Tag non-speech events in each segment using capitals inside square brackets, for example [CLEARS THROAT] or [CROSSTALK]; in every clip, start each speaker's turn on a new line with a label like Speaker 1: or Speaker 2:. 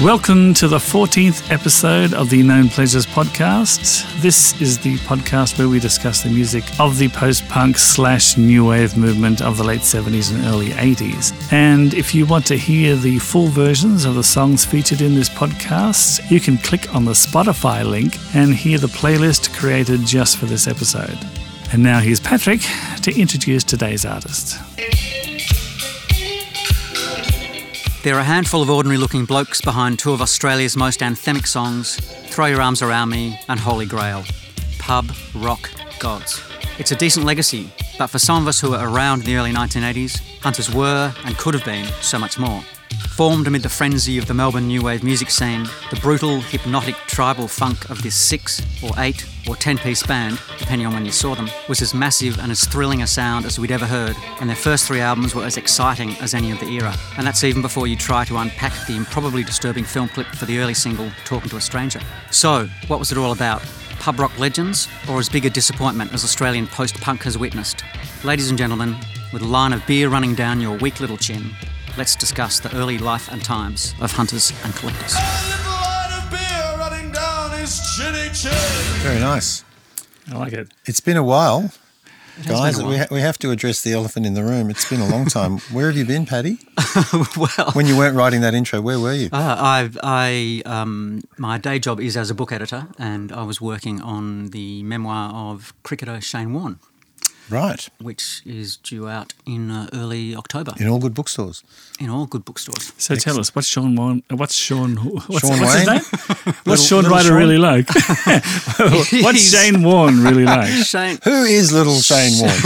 Speaker 1: Welcome to the 14th episode of the Known Pleasures podcast. This is the podcast where we discuss the music of the post punk slash new wave movement of the late 70s and early 80s. And if you want to hear the full versions of the songs featured in this podcast, you can click on the Spotify link and hear the playlist created just for this episode. And now here's Patrick to introduce today's artist.
Speaker 2: There are a handful of ordinary looking blokes behind two of Australia's most anthemic songs, Throw Your Arms Around Me and Holy Grail. Pub, rock, gods. It's a decent legacy, but for some of us who were around in the early 1980s, Hunters were and could have been so much more. Formed amid the frenzy of the Melbourne new wave music scene, the brutal, hypnotic tribal funk of this six or eight or ten piece band, depending on when you saw them, was as massive and as thrilling a sound as we'd ever heard, and their first three albums were as exciting as any of the era. And that's even before you try to unpack the improbably disturbing film clip for the early single, Talking to a Stranger. So, what was it all about? Pub rock legends, or as big a disappointment as Australian post punk has witnessed? Ladies and gentlemen, with a line of beer running down your weak little chin, let's discuss the early life and times of hunters and collectors.
Speaker 3: Very nice.
Speaker 1: I like it.
Speaker 3: It's been a while, guys.
Speaker 2: been a
Speaker 3: We, ha- we have to address the elephant in the room. It's been a long time. [LAUGHS] where have you been, Paddy?
Speaker 2: well,
Speaker 3: When you weren't writing that intro, where were you?
Speaker 2: Uh, I've, I, um, my day job is as a book editor, and I was working on the memoir of cricketer Shane Warne,
Speaker 3: right.
Speaker 2: which is due out in uh, early October
Speaker 3: In all good bookstores.
Speaker 2: in all good bookstores.
Speaker 1: So tell us, what's Sean Warren? What's Sean? What's,
Speaker 3: Sean
Speaker 1: what's his
Speaker 3: Wayne?
Speaker 1: name? What's
Speaker 3: Little-
Speaker 1: Sean
Speaker 3: little
Speaker 1: Ryder
Speaker 3: Sean?
Speaker 1: really like?
Speaker 2: [LAUGHS]
Speaker 1: what's
Speaker 2: He's-
Speaker 1: Shane Warren really like?
Speaker 2: Shane, [LAUGHS]
Speaker 3: Who is little Shane Warne?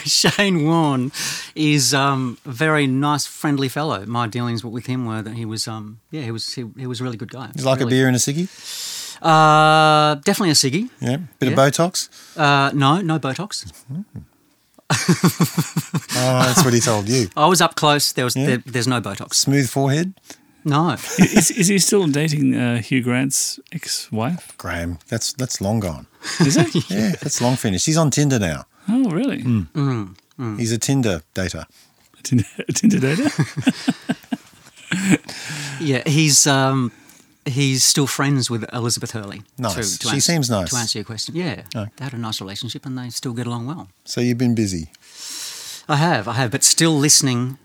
Speaker 2: Shane Warne is um, a very nice, friendly fellow. My dealings with him were that he was, um, yeah, he was, he, he was a really good guy.
Speaker 3: He's like a
Speaker 2: Really-
Speaker 3: beer and a ciggy.
Speaker 2: Uh, definitely a ciggy.
Speaker 3: Yeah. Bit of
Speaker 2: Yeah.
Speaker 3: Botox.
Speaker 2: Uh, no, no Botox.
Speaker 3: Oh, that's what he told you.
Speaker 2: I was up close. There was,
Speaker 3: Yeah.
Speaker 2: there, there's no Botox.
Speaker 3: Smooth forehead.
Speaker 2: No.
Speaker 1: Is, is he still dating uh, Hugh Grant's ex-wife?
Speaker 3: Graham. That's that's long gone.
Speaker 1: Is it?
Speaker 3: Yeah. That's long finished. He's on Tinder now.
Speaker 1: Oh, really?
Speaker 2: Hmm.
Speaker 3: He's a Tinder dater.
Speaker 1: Tinder, Tinder dater?
Speaker 2: [LAUGHS] Yeah, he's um, he's still friends with Elizabeth Hurley.
Speaker 3: Nice. She seems nice. Oh.
Speaker 2: To answer your question, yeah, they had a nice relationship and they still get along well.
Speaker 3: So you've been busy.
Speaker 2: I have, I have, but still listening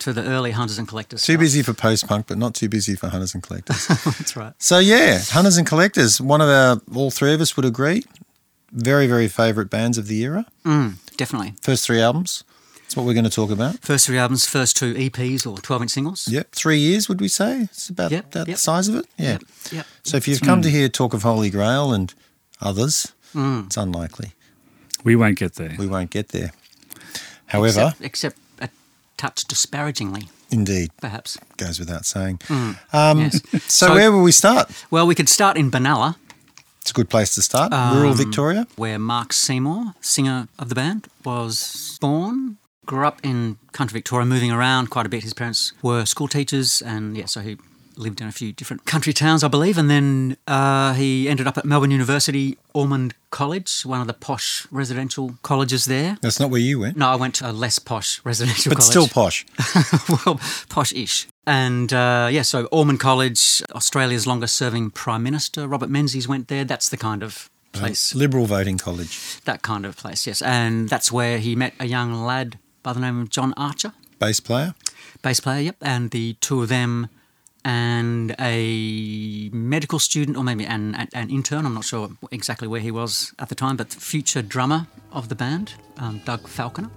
Speaker 2: to the early hunters and collectors.
Speaker 3: Too
Speaker 2: stuff.
Speaker 3: busy for post punk, but not too busy for hunters and
Speaker 2: [LAUGHS]
Speaker 3: collectors.
Speaker 2: That's right.
Speaker 3: So yeah, hunters and collectors. One of our all three of us would agree. Very very favourite bands of the era.
Speaker 2: Definitely.
Speaker 3: First three albums. That's what we're going to talk about.
Speaker 2: First three albums, first two EPs or twelve inch singles.
Speaker 3: Yep, three years would we say? It's about
Speaker 2: Yep,
Speaker 3: that
Speaker 2: yep.
Speaker 3: size of it. Yeah.
Speaker 2: Yep. Hmm. yep.
Speaker 3: So if you've come to hear talk of Holy Grail and others,
Speaker 2: Hmm.
Speaker 3: it's unlikely
Speaker 1: we won't get there.
Speaker 3: we won't get there. However,
Speaker 2: except, except a touch disparagingly,
Speaker 3: indeed,
Speaker 2: perhaps.
Speaker 3: goes without saying. Um,
Speaker 2: Yes. [LAUGHS]
Speaker 3: so,
Speaker 2: Hmm. So-
Speaker 3: where will we start?
Speaker 2: Well, we could start in Benalla,
Speaker 3: It's a good place to start.
Speaker 2: Um,
Speaker 3: Rural Victoria.
Speaker 2: where Mark Seymour, singer of the band, was born. Grew up in country Victoria, moving around quite a bit. His parents were school teachers, and yeah, so he lived in a few different country towns, I believe. And then uh, he ended up at Melbourne University, Ormond College, one of the posh residential colleges there.
Speaker 3: That's not where you went,
Speaker 2: No, I went to a less posh residential
Speaker 3: but
Speaker 2: college.
Speaker 3: still posh.
Speaker 2: [LAUGHS] well, posh ish. And uh, yeah, so Ormond College, Australia's longest serving Prime Minister, Robert Menzies went there. That's the kind of place.
Speaker 3: Liberal voting college,
Speaker 2: That kind of place, yes. And that's where he met a young lad by the name of John Archer,
Speaker 3: bass player.
Speaker 2: bass player, yep. And the two of them and a medical student, or maybe an, an, an intern, I'm not sure exactly where he was at the time, but the future drummer of the band, um, Doug Falconer.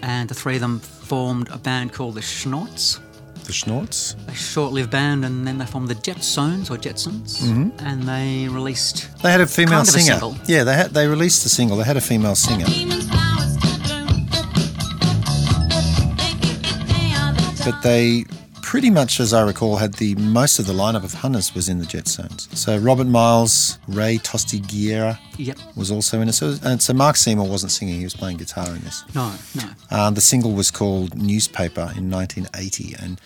Speaker 2: And the three of them formed a band called the Schnorts
Speaker 3: The Schnorts.
Speaker 2: a short-lived band, and then they formed the Jetsons or Jetsons, and they released.
Speaker 3: They had a female
Speaker 2: Kind of a
Speaker 3: singer.
Speaker 2: single.
Speaker 3: yeah, they had, they released a single. They had a female singer, but they pretty much, as I recall, had the most of the lineup of Hunters was in the Jetsones. So Robert Miles, Ray Tostiguera
Speaker 2: Yep.
Speaker 3: was also in it. So, and so Mark Seymour wasn't singing; he was playing guitar in this.
Speaker 2: No, no.
Speaker 3: Uh, the single was called Newspaper in 1980, and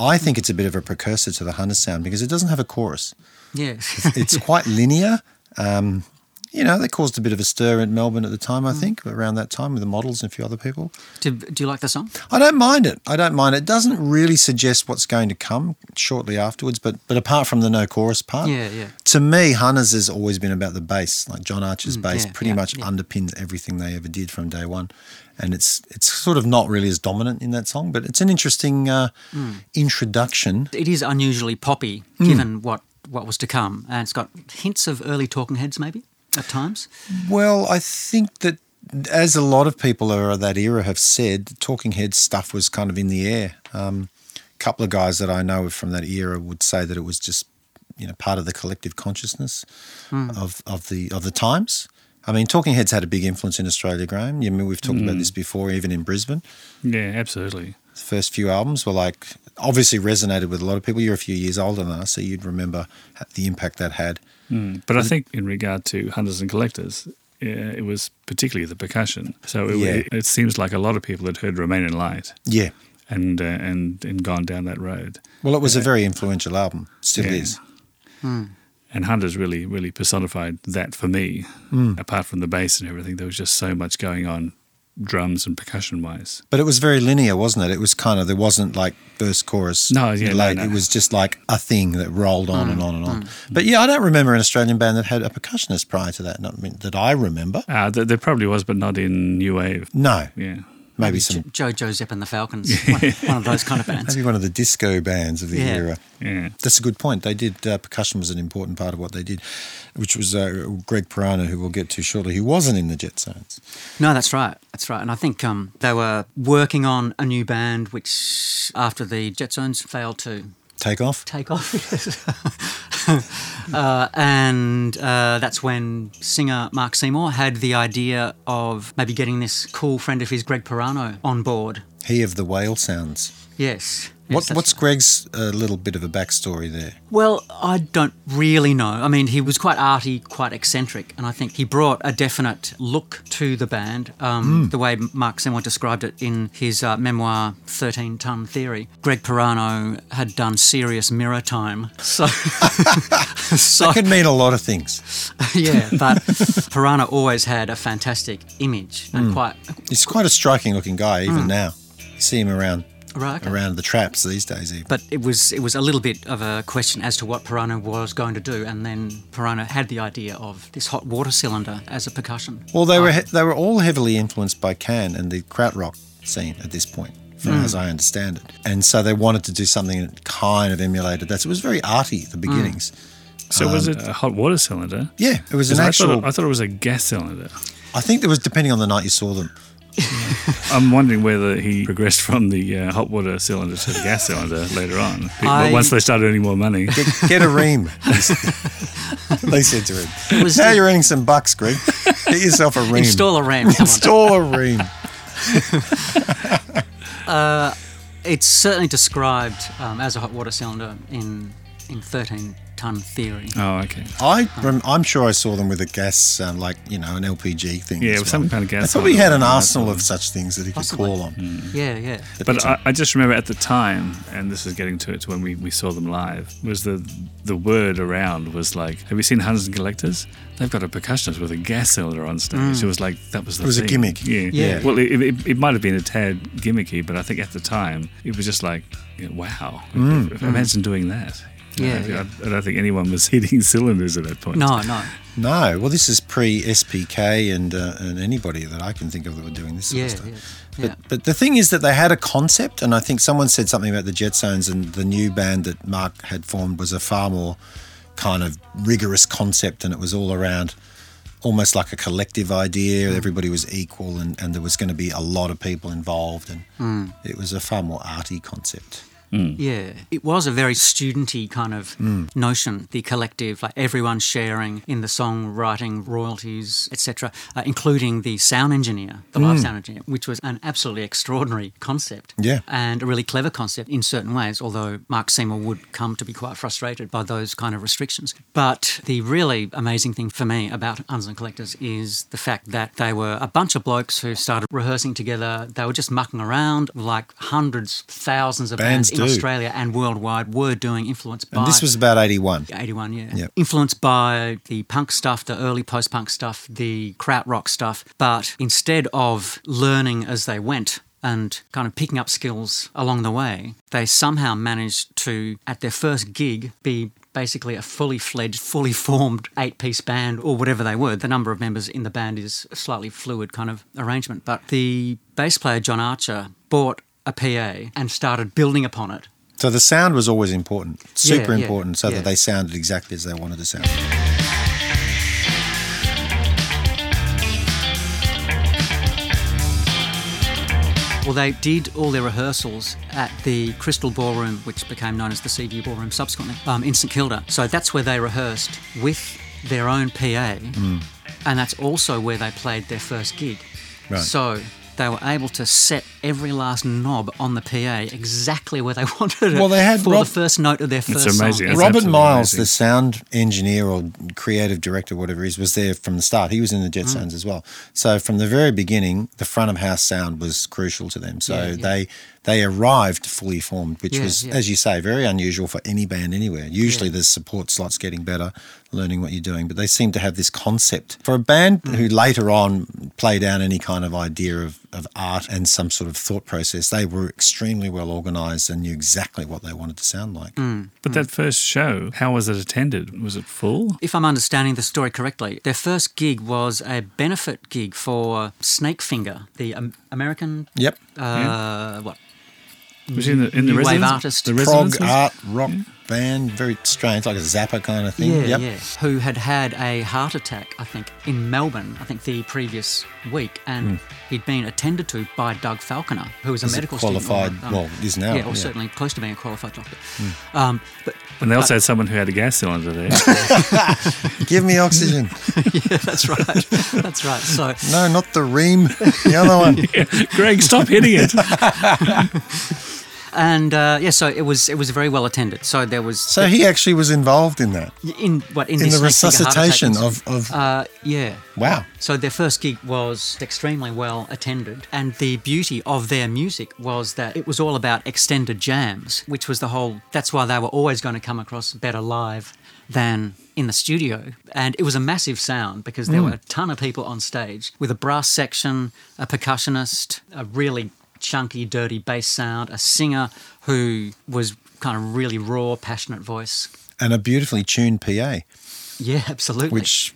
Speaker 3: I think it's a bit of a precursor to the Hunters sound because it doesn't have a chorus.
Speaker 2: Yeah.
Speaker 3: It's quite linear. Um, you know, they caused a bit of a stir in Melbourne at the time,
Speaker 2: Mm.
Speaker 3: I think, around that time with the models and a few other people.
Speaker 2: [LAUGHS] Do, do you like the song?
Speaker 3: I don't mind it. I don't mind it. It doesn't really suggest what's going to come shortly afterwards, but but apart from the no chorus part,
Speaker 2: Yeah, yeah.
Speaker 3: to me, Hunters has always been about the bass. Like John Archer's bass
Speaker 2: Mm, yeah,
Speaker 3: pretty
Speaker 2: yeah,
Speaker 3: much underpins everything they ever did from day one. And it's it's sort of not really as dominant in that song, but it's an interesting uh,
Speaker 2: Mm.
Speaker 3: introduction.
Speaker 2: It is unusually poppy,
Speaker 3: Hmm.
Speaker 2: given what what was to come, and it's got hints of early Talking Heads, maybe at times.
Speaker 3: Well, I think that as a lot of people of that era have said, Talking Heads stuff was kind of in the air. A couple of guys that I know from that era would say that it was just you know part of the collective consciousness of of the of the times. I mean, Talking Heads had a big influence in Australia, Graham. I mean, we've talked about this before, even in Brisbane
Speaker 1: Yeah, absolutely.
Speaker 3: the first few albums were like obviously resonated with a lot of people. You're a few years older than us, so you'd remember the impact that had.
Speaker 1: Mm. But I think in regard to hunters and collectors, yeah, it was particularly the percussion. So it,
Speaker 3: Yeah.
Speaker 1: it, seems like a lot of people had heard "Remain in Light"
Speaker 3: Yeah.
Speaker 1: and uh, and and gone down that road.
Speaker 3: Well, it was a very influential album. Still
Speaker 1: Yeah.
Speaker 3: is.
Speaker 1: And Hunter's really, really personified that for me.
Speaker 3: Hmm.
Speaker 1: Apart from the bass and everything, there was just so much going on, drums and percussion wise.
Speaker 3: But it was very linear, wasn't it? It was kind of there wasn't like verse, chorus.
Speaker 1: No, yeah, no,
Speaker 3: late.
Speaker 1: no. Mm,
Speaker 3: It was just like a thing that rolled on and on and on. But yeah, I don't remember an Australian band that had a percussionist prior to that. Not I mean, that I remember.
Speaker 1: Uh, there, there probably was, but not in new wave.
Speaker 3: No,
Speaker 1: Yeah,
Speaker 3: maybe
Speaker 2: Jo-
Speaker 3: some,
Speaker 2: Jojo Zepp and the
Speaker 3: [LAUGHS]
Speaker 2: Falcons, one, one of those kind of bands.
Speaker 3: maybe one of the disco bands of the
Speaker 2: Yeah.
Speaker 3: era.
Speaker 1: yeah.
Speaker 3: That's a good point. They did uh, percussion was an important part of what they did, which was uh, Greg Pirano, who we'll get to shortly, who wasn't in the Jet Sounds.
Speaker 2: No, that's right. That's right. And I think um, they were working on a new band, which after the Jetsons failed to
Speaker 3: Take off.
Speaker 2: take off. [LAUGHS] uh, and uh, that's when singer Mark Seymour had the idea of maybe getting this cool friend of his, Greg Pirano, on board.
Speaker 3: He of the whale sounds.
Speaker 2: Yes. Yes,
Speaker 3: What,
Speaker 2: that's
Speaker 3: what's
Speaker 2: right.
Speaker 3: Greg's uh, little bit of a backstory there?
Speaker 2: Well, I don't really know. I mean, he was quite arty, quite eccentric, and I think he brought a definite look to the band. Um, The way Mark Seymour described it in his uh, memoir, 13 Ton Theory. Greg Pirano had done serious mirror time. [LAUGHS] So, so
Speaker 3: That could mean a lot of things.
Speaker 2: yeah, but Pirano always had a fantastic image and quite.
Speaker 3: He's quite a striking looking guy, even
Speaker 2: Hmm.
Speaker 3: now. You see him around
Speaker 2: Right, okay.
Speaker 3: around the traps these days, even.
Speaker 2: But it was it was a little bit of a question as to what Pirano was going to do, and then Pirano had the idea of this hot water cylinder as a percussion.
Speaker 3: Well, they were they were all heavily influenced by Can and the krautrock scene at this point, from
Speaker 2: Hmm.
Speaker 3: as I understand it. And so they wanted to do something that kind of emulated that. So it was very arty
Speaker 2: Hmm.
Speaker 3: at the beginnings.
Speaker 1: So was it a hot water cylinder?
Speaker 3: Um, Yeah, it was
Speaker 1: 'Cause
Speaker 3: an
Speaker 1: I,
Speaker 3: actual.
Speaker 1: thought it, I thought it was a gas cylinder.
Speaker 3: I think there was depending on the night you saw them.
Speaker 1: I'm wondering whether he progressed from the uh, hot water cylinder to the gas cylinder later on. People-
Speaker 2: I-
Speaker 1: Once they started earning more money.
Speaker 3: Get,
Speaker 2: [LAUGHS]
Speaker 3: get a ream. they said to him.
Speaker 2: It was
Speaker 3: Now
Speaker 2: the-
Speaker 3: you're earning some bucks, Greg. Get yourself a
Speaker 2: [LAUGHS]
Speaker 3: ream.
Speaker 2: Install a RAM. Come [LAUGHS] on.
Speaker 3: Install a ream.
Speaker 2: It's certainly described um, as a hot water cylinder in in 13 ton theory.
Speaker 1: Oh, okay.
Speaker 3: I rem- I'm sure I saw them with a gas, um, like you know, an LPG thing.
Speaker 1: Yeah,
Speaker 3: as
Speaker 1: with some
Speaker 3: well.
Speaker 1: kind of gas
Speaker 3: I thought we
Speaker 1: cylinder
Speaker 3: had an
Speaker 1: or something.
Speaker 3: arsenal of such things that he could
Speaker 2: Possibly.
Speaker 3: call on.
Speaker 2: Yeah, yeah.
Speaker 1: But I, I just remember at the time, and this is getting to it to when we, we saw them live, was the the word around was like, have you seen Hunters and Collectors? They've got a percussionist with a gas cylinder on stage. It was like, that was the
Speaker 3: It was a
Speaker 1: thing.
Speaker 3: gimmick.
Speaker 1: Yeah.
Speaker 2: Yeah.
Speaker 1: Well, it, it, it might have been a tad gimmicky, but I think at the time, it was just like, you know, wow, imagine doing that. You know,
Speaker 2: Yeah,
Speaker 1: I,
Speaker 2: yeah.
Speaker 1: I, don't think anyone was [LAUGHS] hitting cylinders at that point.
Speaker 2: No, no.
Speaker 3: No, well, this is pre SPK and uh, and anybody that I can think of that were doing this sort
Speaker 2: Yeah,
Speaker 3: of stuff.
Speaker 2: yeah.
Speaker 3: But,
Speaker 2: yeah.
Speaker 3: but the thing is that they had a concept, and I think someone said something about the Jetsones and the new band that Mark had formed was a far more kind of rigorous concept, and it was all around almost like a collective idea.
Speaker 2: Mm.
Speaker 3: Everybody was equal, and, and there was going to be a lot of people involved, and
Speaker 2: Mm.
Speaker 3: it was a far more arty concept.
Speaker 2: Yeah, it was a very studenty kind of notion. The collective, like everyone sharing in the songwriting royalties, etc., uh, including the sound engineer, the live sound engineer, which was an absolutely extraordinary concept.
Speaker 3: Yeah.
Speaker 2: and a really clever concept in certain ways. Although Mark Seymour would come to be quite frustrated by those kind of restrictions. But the really amazing thing for me about Hunters and Collectors is the fact that they were a bunch of blokes who started rehearsing together. They were just mucking around like hundreds, thousands of bands,
Speaker 3: Bands
Speaker 2: in
Speaker 3: do.
Speaker 2: Australia and worldwide were doing, influenced by.
Speaker 3: And this was about 81.
Speaker 2: 81, yeah.
Speaker 3: Yep.
Speaker 2: Influenced by the punk stuff, the early post punk stuff, the krautrock stuff. But instead of learning as they went and kind of picking up skills along the way, they somehow managed to, at their first gig, be basically a fully fledged, fully formed eight piece band or whatever they were. The number of members in the band is a slightly fluid kind of arrangement. But the bass player, John Archer, bought a PA and started building upon it
Speaker 3: So the sound was always important, super
Speaker 2: yeah,
Speaker 3: important, so
Speaker 2: yeah.
Speaker 3: that they sounded exactly as they wanted to sound.
Speaker 2: Well, they did all their rehearsals at the Crystal Ballroom, which became known as the Seaview Ballroom subsequently, um, in St Kilda. So that's where they rehearsed with their own PA,
Speaker 3: Hmm.
Speaker 2: and that's also where they played their first gig.
Speaker 3: Right.
Speaker 2: So they were able to set every last knob on the PA exactly where they [LAUGHS] wanted it
Speaker 3: Well, they had
Speaker 2: for
Speaker 3: Rob-
Speaker 2: the first note of their first
Speaker 1: amazing.
Speaker 2: song.
Speaker 1: It's
Speaker 3: Robert
Speaker 1: absolutely
Speaker 3: Miles,
Speaker 1: amazing.
Speaker 3: the sound engineer or creative director, whatever he is, was there from the start. He was in the Jet
Speaker 2: Mm.
Speaker 3: Sounds as well. So from the very beginning, the front of house sound was crucial to them. So
Speaker 2: Yeah, yeah.
Speaker 3: they they arrived fully formed, which
Speaker 2: Yeah,
Speaker 3: was,
Speaker 2: yeah.
Speaker 3: as you say, very unusual for any band anywhere. Usually
Speaker 2: Yeah.
Speaker 3: there's support slots getting better, learning what you're doing, but they seem to have this concept. For a band
Speaker 2: Mm.
Speaker 3: who later on play down any kind of idea of, of art and some sort of thought process, they were extremely well organized and knew exactly what they wanted to sound like.
Speaker 2: Mm.
Speaker 1: But that first show, how was it attended? Was it full?
Speaker 2: If I'm understanding the story correctly, their first gig was a benefit gig for Snakefinger, the um, American,
Speaker 3: Yep.
Speaker 2: uh, what,
Speaker 1: Was it in the, in the
Speaker 2: New wave
Speaker 1: residence?
Speaker 2: artist.
Speaker 1: The
Speaker 3: prog
Speaker 1: residence was-
Speaker 3: art rock band, very strange, like a Zappa kind of thing.
Speaker 2: Yeah,
Speaker 3: yep.
Speaker 2: yeah. Who had had a heart attack, I think, in Melbourne, I think the previous week, and
Speaker 3: Hmm.
Speaker 2: he'd been attended to by Doug Falconer, who was a
Speaker 3: He's a
Speaker 2: medical
Speaker 3: qualified-
Speaker 2: student. um,
Speaker 3: well, is now,
Speaker 2: Yeah, or
Speaker 3: yeah. Hmm.
Speaker 2: certainly close to being a qualified doctor. Um, but [LAUGHS]
Speaker 1: And they also had someone who had a gas cylinder there.
Speaker 3: Give
Speaker 2: [LAUGHS]
Speaker 3: me oxygen.
Speaker 2: yeah, that's right. [LAUGHS] that's right. So.
Speaker 3: no, not the ream, the other one.
Speaker 2: [LAUGHS]
Speaker 1: [LAUGHS] Greg, stop hitting it.
Speaker 2: And uh, yeah, so it was it was very well attended. So there was
Speaker 3: So he actually was involved in that,
Speaker 2: in what in,
Speaker 3: in
Speaker 2: this
Speaker 3: the
Speaker 2: next bigger heart attack
Speaker 3: resuscitation
Speaker 2: incident.
Speaker 3: of, of
Speaker 2: uh, yeah.
Speaker 3: wow.
Speaker 2: So their first gig was extremely well attended, and the beauty of their music was that it was all about extended jams, which was the whole. That's why they were always going to come across better live than in the studio, and it was a massive sound because there were a ton of people on stage with a brass section, a percussionist, a really chunky, dirty bass sound, a singer who was kind of really raw, passionate voice.
Speaker 3: And a beautifully tuned PA,
Speaker 2: Yeah, absolutely.
Speaker 3: which,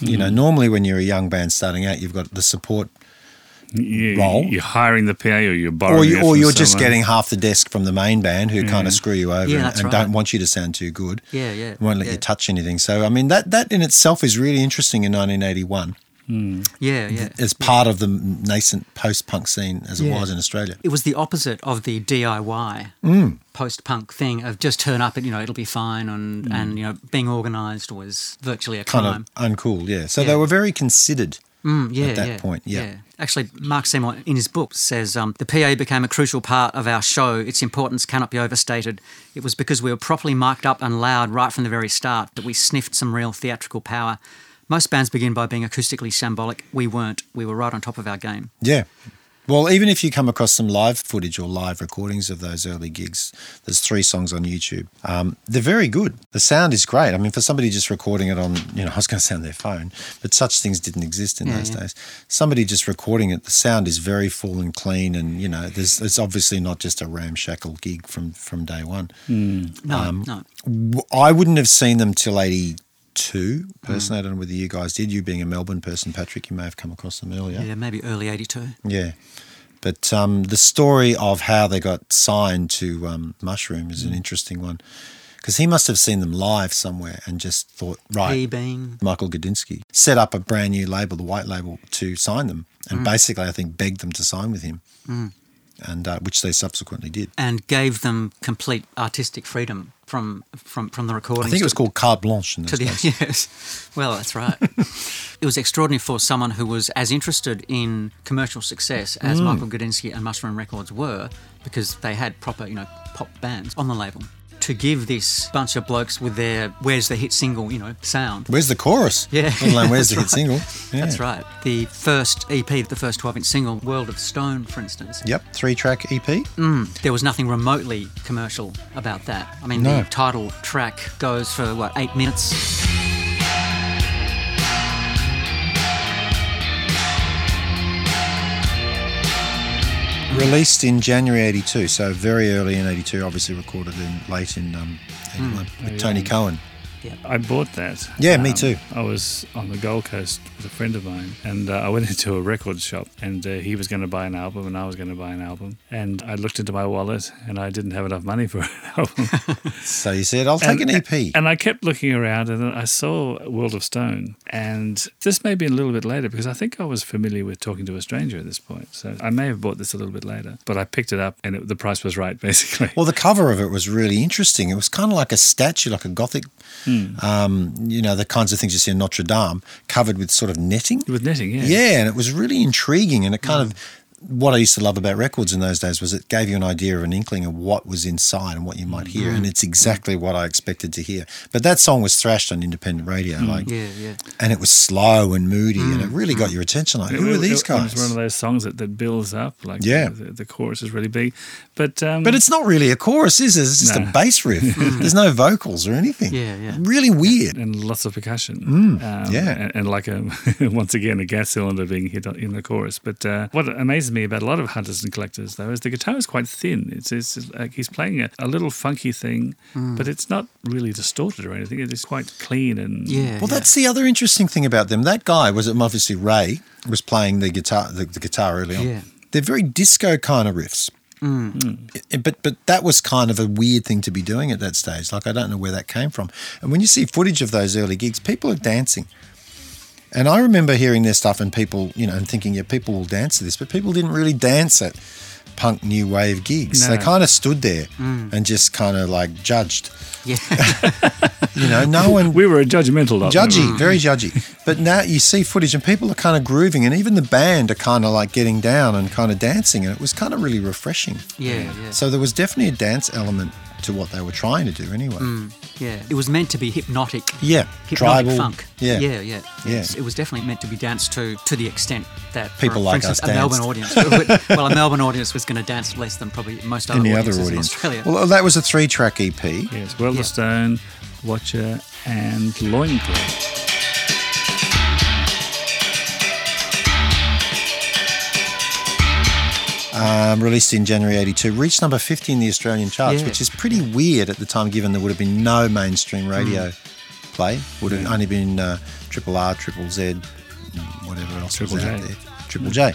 Speaker 3: you
Speaker 2: Hmm.
Speaker 3: know, normally when you're a young band starting out, you've got the support,
Speaker 1: [LAUGHS] You,
Speaker 3: Roll.
Speaker 1: You're hiring the PA or you're borrowing
Speaker 3: or,
Speaker 1: it
Speaker 3: you,
Speaker 1: from
Speaker 3: or you're just
Speaker 1: someone.
Speaker 3: getting half the desk from the main band who kind of screw you over
Speaker 2: Mm. Yeah,
Speaker 3: and,
Speaker 2: that's
Speaker 3: and
Speaker 2: right.
Speaker 3: don't want you to sound too good.
Speaker 2: Yeah, yeah,
Speaker 3: Won't let
Speaker 2: yeah.
Speaker 3: you touch anything. So, I mean, that, that in itself is really interesting in 1981.
Speaker 2: yeah, yeah.
Speaker 3: as part of the nascent post-punk scene as it
Speaker 2: Yeah.
Speaker 3: was in Australia.
Speaker 2: it was the opposite of the DIY
Speaker 3: Mm.
Speaker 2: post-punk thing of just turn up and you know it'll be fine and and you know being organised was virtually a
Speaker 3: Mm.
Speaker 2: crime.
Speaker 3: Kind of uncool, yeah. So
Speaker 2: Yeah.
Speaker 3: they were very considered.
Speaker 2: Mm, yeah,
Speaker 3: that
Speaker 2: yeah,
Speaker 3: point, yeah.
Speaker 2: Actually, Mark Seymour in his book says um, the PA became a crucial part of our show. Its importance cannot be overstated. It was because we were properly mic'd up and loud right from the very start that we sniffed some real theatrical power. Most bands begin by being acoustically shambolic. We weren't. We were right on top of our game.
Speaker 3: Yeah. Well, even if you come across some live footage or live recordings of those early gigs, there's three songs on YouTube. Um, they're very good. The sound is great. I mean, for somebody just recording it on, you know, [LAUGHS] I was going to say on their phone, but such things didn't exist in
Speaker 2: Yeah,
Speaker 3: those
Speaker 2: yeah.
Speaker 3: days. Somebody just recording it, the sound is very full and clean, and you know, there's it's obviously not just a ramshackle gig from from day one.
Speaker 2: No, no.
Speaker 3: Um, w- I wouldn't have seen them till 82,
Speaker 2: Mm.
Speaker 3: personally. I don't know whether you guys did. You being a Melbourne person, Patrick, you may have come across them earlier.
Speaker 2: Yeah, maybe early '82.
Speaker 3: Yeah. But um, the story of how they got signed to um, Mushroom
Speaker 2: Mm.
Speaker 3: is an interesting one because he must have seen them live somewhere and just thought, right,
Speaker 2: He being
Speaker 3: Michael Gudinski set up a brand new label, the White Label, to sign them.
Speaker 2: Mm.
Speaker 3: And basically, I think, begged them to sign with him, and uh, which they subsequently did.
Speaker 2: and gave them complete artistic freedom from from from the recording.
Speaker 3: I think it was called Carte Blanche in
Speaker 2: to
Speaker 3: those
Speaker 2: the [LAUGHS]
Speaker 3: days.
Speaker 2: yes. Well, that's
Speaker 3: [LAUGHS]
Speaker 2: right. it was extraordinary for someone who was as interested in commercial success as
Speaker 3: Mm.
Speaker 2: Michael Gudinski and Mushroom Records were, because they had proper you know pop bands on the label. To to give this bunch of blokes with their where's the hit single, you know, sound.
Speaker 3: Where's the chorus?
Speaker 2: Yeah.
Speaker 3: Let alone where's the hit
Speaker 2: [LAUGHS] That's right.
Speaker 3: single? Yeah.
Speaker 2: That's right. The first EP, the first 12 inch single, World of Stone, for instance,
Speaker 3: Yep, three track E EP.
Speaker 2: Mm. there was nothing remotely commercial about that. I mean,
Speaker 3: No.
Speaker 2: the title track goes for, what, eight minutes?
Speaker 3: Released in January '82, so very early in '82. Obviously recorded in late in um,
Speaker 2: Mm.
Speaker 3: England with Tony Cohen.
Speaker 1: I bought that. Um,
Speaker 3: Yeah, me too.
Speaker 1: I was on the Gold Coast with a friend of mine, and uh, I went [LAUGHS] into a record shop, and uh, he was going to buy an album, and I was going to buy an album, and I looked into my wallet, and I didn't have enough money for [LAUGHS] an album.
Speaker 3: So you said, "I'll [LAUGHS] take an E EP."
Speaker 1: And I kept looking around, and then I saw World of Stone, and this may be a little bit later because I think I was familiar with talking to a stranger at this point, so I may have bought this a little bit later, but I picked it up, and it, the price was right, [LAUGHS] basically.
Speaker 3: Well, the cover of it was really interesting. It was kind of like a statue, like a Gothic,
Speaker 2: Hmm.
Speaker 3: um, you know, the kinds of things you see in Notre Dame, covered with sort of netting.
Speaker 1: with netting, yeah.
Speaker 3: Yeah, and it was really intriguing, and it kind of what I used to love about records in those days was it gave you an idea of an inkling of what was inside and what you might hear,
Speaker 1: Mm-hmm.
Speaker 3: and it's exactly what I expected to hear. But that song was thrashed on independent radio,
Speaker 1: Mm-hmm.
Speaker 3: like,
Speaker 2: Yeah, yeah.
Speaker 3: and it was slow and moody, and it really got your attention. Like,
Speaker 1: Mm-hmm. It-
Speaker 3: who are
Speaker 1: it-
Speaker 3: these
Speaker 1: it was
Speaker 3: guys?
Speaker 1: one of those songs that, that builds up. Like
Speaker 3: Yeah.
Speaker 1: the, the chorus is really big, but um,
Speaker 3: But it's not really a chorus, is it? It's just
Speaker 1: No.
Speaker 3: a
Speaker 1: [LAUGHS]
Speaker 3: bass riff. There's no vocals or anything.
Speaker 2: Yeah, yeah.
Speaker 3: Really weird.
Speaker 1: and lots of percussion. um,
Speaker 3: Mm, yeah.
Speaker 1: and, and like a [LAUGHS] once again a gas cylinder being hit on- in the chorus. But uh, what amazes me about a lot of hunters and collectors though is the guitar is quite thin. It's, it's like he's playing a, a little funky thing,
Speaker 2: Mm.
Speaker 1: but it's not really distorted or anything. It is quite clean and
Speaker 2: Yeah.
Speaker 3: Well, that's the other interesting thing about them. That guy was obviously Ray was playing the guitar, the, the guitar early on.
Speaker 2: Yeah. Mm.
Speaker 3: They're very disco kind of riffs. I- But but that was kind of a weird thing to be doing at that stage. Like I don't know where that came from. And when you see footage of those early gigs, people are dancing. And I remember hearing their stuff and people, you know, and thinking, yeah, people will dance to this, but people didn't really dance at punk new wave gigs.
Speaker 1: No.
Speaker 3: They kind of stood there
Speaker 2: Mm.
Speaker 3: and just kind of like judged. [LAUGHS]
Speaker 2: yeah. [LAUGHS]
Speaker 3: You know, no one
Speaker 1: We were a judgmental lot. weren't we?
Speaker 3: judgy, very judgy. But now you see footage and people are kind of grooving, and even the band are kind of like getting down and kind of dancing, and it was kind of really refreshing.
Speaker 2: Yeah, yeah.
Speaker 3: So there was definitely a dance element to what they were trying to do, anyway.
Speaker 2: Mm. Yeah, it was meant to be hypnotic.
Speaker 3: Yeah,
Speaker 2: hypnotic
Speaker 3: tribal,
Speaker 2: funk.
Speaker 3: yeah.
Speaker 2: yeah, yeah.
Speaker 3: Yeah.
Speaker 2: It's- It was definitely meant to be danced to to the extent that for-
Speaker 3: People
Speaker 2: for,
Speaker 3: like
Speaker 2: instance,
Speaker 3: us
Speaker 2: a Melbourne
Speaker 3: danced.
Speaker 2: audience. would- well, a Melbourne audience was going to dance less than probably most other
Speaker 3: Any other
Speaker 2: audiences
Speaker 3: audience?
Speaker 2: in Australia.
Speaker 3: Well, that was a E three-track EP.
Speaker 1: Yes, World
Speaker 2: Yeah.
Speaker 1: of Stone, Watcher, and Loincloth.
Speaker 3: um, released in January 82, reached number 50 in the Australian charts,
Speaker 2: Yeah.
Speaker 3: which is pretty weird at the time, given there would have been no mainstream
Speaker 2: Hmm.
Speaker 3: radio play. Would have only been uh, Triple R, Triple Z, whatever else was
Speaker 1: Triple
Speaker 3: out
Speaker 1: J.
Speaker 3: there. Triple
Speaker 2: Hmm.
Speaker 3: J.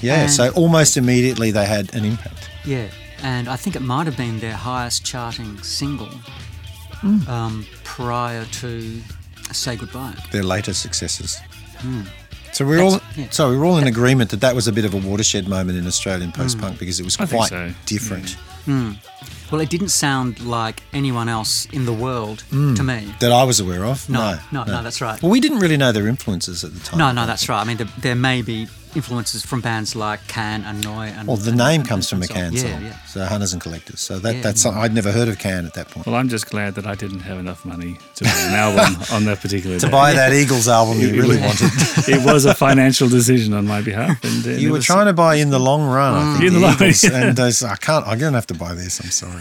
Speaker 3: Yeah, so almost immediately they had an impact.
Speaker 2: yeah, and I think it might have been their highest charting single
Speaker 3: Hmm.
Speaker 2: um, prior to "Say Goodbye."
Speaker 3: Their later successes. So we're all
Speaker 2: Hmm. yeah. Hmm.
Speaker 3: so we're all in agreement that that was a bit of a watershed moment in Australian post punk because it was
Speaker 1: I think
Speaker 3: quite
Speaker 1: so.
Speaker 3: different.
Speaker 2: Well, it didn't sound like anyone else in the world to me.
Speaker 3: That I was aware of.
Speaker 2: No,
Speaker 3: Mm. No,
Speaker 2: no, no, that's right.
Speaker 3: Well, we didn't really know their influences at the time.
Speaker 2: No, no, that's right. I mean, the, there may be influences from bands like Can and Noi. And,
Speaker 3: Well, the
Speaker 2: and-
Speaker 3: name
Speaker 2: and-
Speaker 3: comes from
Speaker 2: and
Speaker 3: a
Speaker 2: so on.
Speaker 3: can
Speaker 2: Yeah,
Speaker 3: song,
Speaker 2: yeah.
Speaker 3: so hunters and collectors. So that
Speaker 2: Yeah.
Speaker 3: that's something I'd never heard of can at that point.
Speaker 1: Well, I'm just glad that I didn't have enough money to buy an
Speaker 3: [LAUGHS]
Speaker 1: album on that particular
Speaker 3: to
Speaker 1: day.
Speaker 3: buy that Eagles album you really wanted,
Speaker 1: [LAUGHS] it was a financial decision on my behalf. And, and
Speaker 3: you
Speaker 1: it
Speaker 3: were
Speaker 1: was-
Speaker 3: trying to buy in the long run. I think
Speaker 1: In
Speaker 3: the
Speaker 1: the long run,
Speaker 3: Eagles,
Speaker 1: yeah.
Speaker 3: and those I can't. I'm gonna have to buy this. I'm sorry.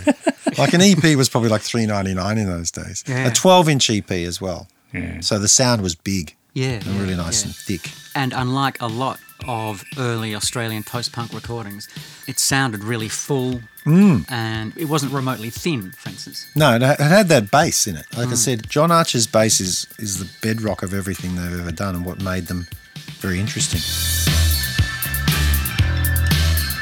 Speaker 3: Like an EP was probably like three ninety nine in those days.
Speaker 2: Yeah.
Speaker 3: A twelve inch EP as well.
Speaker 1: Yeah.
Speaker 3: So the sound was big
Speaker 2: Yeah,
Speaker 3: and
Speaker 2: yeah,
Speaker 3: really nice
Speaker 2: yeah.
Speaker 3: and thick.
Speaker 2: And unlike a lot of early Australian post-punk recordings, it sounded really full,
Speaker 3: Mm.
Speaker 2: and it wasn't remotely thin. For instance,
Speaker 3: No, it it had that bass in it. Like I said, John Archer's bass is is the bedrock of everything they've ever done and what made them very interesting.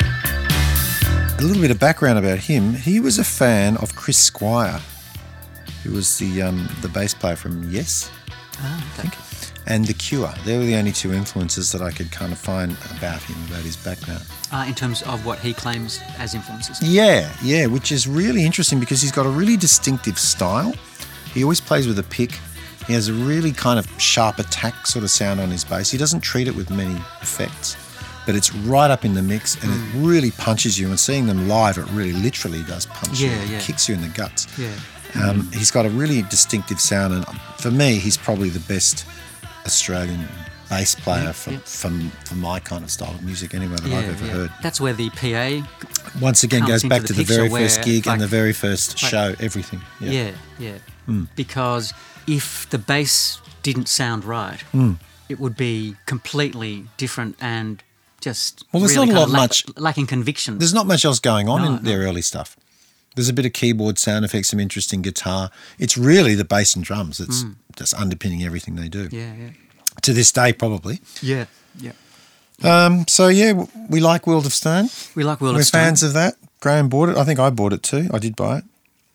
Speaker 3: A little bit of background about him. He was a fan of Chris Squire, who was the um, the bass player from Yes
Speaker 2: oh, okay.
Speaker 3: and The Cure. They were the only two influences that I could kind of find about him, about his background.
Speaker 2: uh, in terms of what he claims as influences.
Speaker 3: Yeah, yeah, which is really interesting because he's got a really distinctive style. He always plays with a pick. He has a really kind of sharp attack sort of sound on his bass. He doesn't treat it with many effects. but it's right up in the mix and it
Speaker 2: Mm.
Speaker 3: really punches you. And seeing them live, it really literally does punch you.
Speaker 2: Yeah,
Speaker 3: It
Speaker 2: yeah.
Speaker 3: kicks you in the guts.
Speaker 2: Yeah.
Speaker 3: Um, he's got a really distinctive sound, and for me, he's probably the best Australian bass player for,
Speaker 2: yeah.
Speaker 3: for for my kind of style of music, anyway, that I've ever heard.
Speaker 2: That's where the PA.
Speaker 3: Once again,
Speaker 2: Comes
Speaker 3: goes
Speaker 2: into
Speaker 3: back
Speaker 2: the
Speaker 3: to the
Speaker 2: picture
Speaker 3: very
Speaker 2: where,
Speaker 3: first gig
Speaker 2: like-
Speaker 3: and the very first
Speaker 2: like-
Speaker 3: show, everything. Yeah. Hmm.
Speaker 2: Yeah, yeah. Because if the bass didn't sound right,
Speaker 3: Hmm.
Speaker 2: it would be completely different and just
Speaker 3: Well, there's
Speaker 2: really
Speaker 3: not a
Speaker 2: kind of
Speaker 3: lot
Speaker 2: lack-
Speaker 3: much-
Speaker 2: lacking conviction.
Speaker 3: There's not much else going on
Speaker 2: No,
Speaker 3: in their early stuff. There's a bit of keyboard sound effects, some interesting guitar. It's really the bass and drums that's just underpinning everything they do.
Speaker 2: Hmm. yeah, yeah,
Speaker 3: To this day, probably.
Speaker 2: yeah, yeah.
Speaker 3: Um, so, yeah, w- we like World of Stone.
Speaker 2: We like World
Speaker 3: We're
Speaker 2: of Stone.
Speaker 3: fans of that. Graham bought it. I think I bought it too. I did buy it.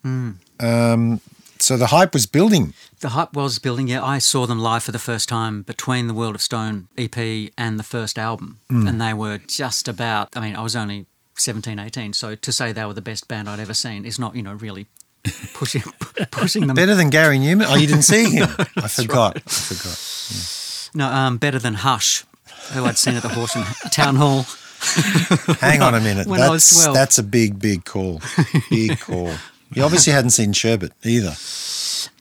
Speaker 2: Hmm.
Speaker 3: Um, so the hype was building.
Speaker 2: The hype was building. Yeah, I saw them live for the first time between the World of Stone EP and the first album,
Speaker 3: Hmm.
Speaker 2: and they were just about. I mean, I was only 17, 18, so to say they were the best band I'd ever seen is not, you know, really pushing [LAUGHS] pushing them.
Speaker 3: Better than Gary Newman. Oh, you
Speaker 2: [LAUGHS]
Speaker 3: didn't see him. I forgot. I forgot.
Speaker 2: No, um, better than Hush, who I'd seen at the Horsham [LAUGHS] Town Hall.
Speaker 3: [LAUGHS] Hang on a minute.
Speaker 2: When I was
Speaker 3: That's
Speaker 2: 12.
Speaker 3: that's a big, big call.
Speaker 2: [LAUGHS]
Speaker 3: Big call. You obviously hadn't seen Sherbet either.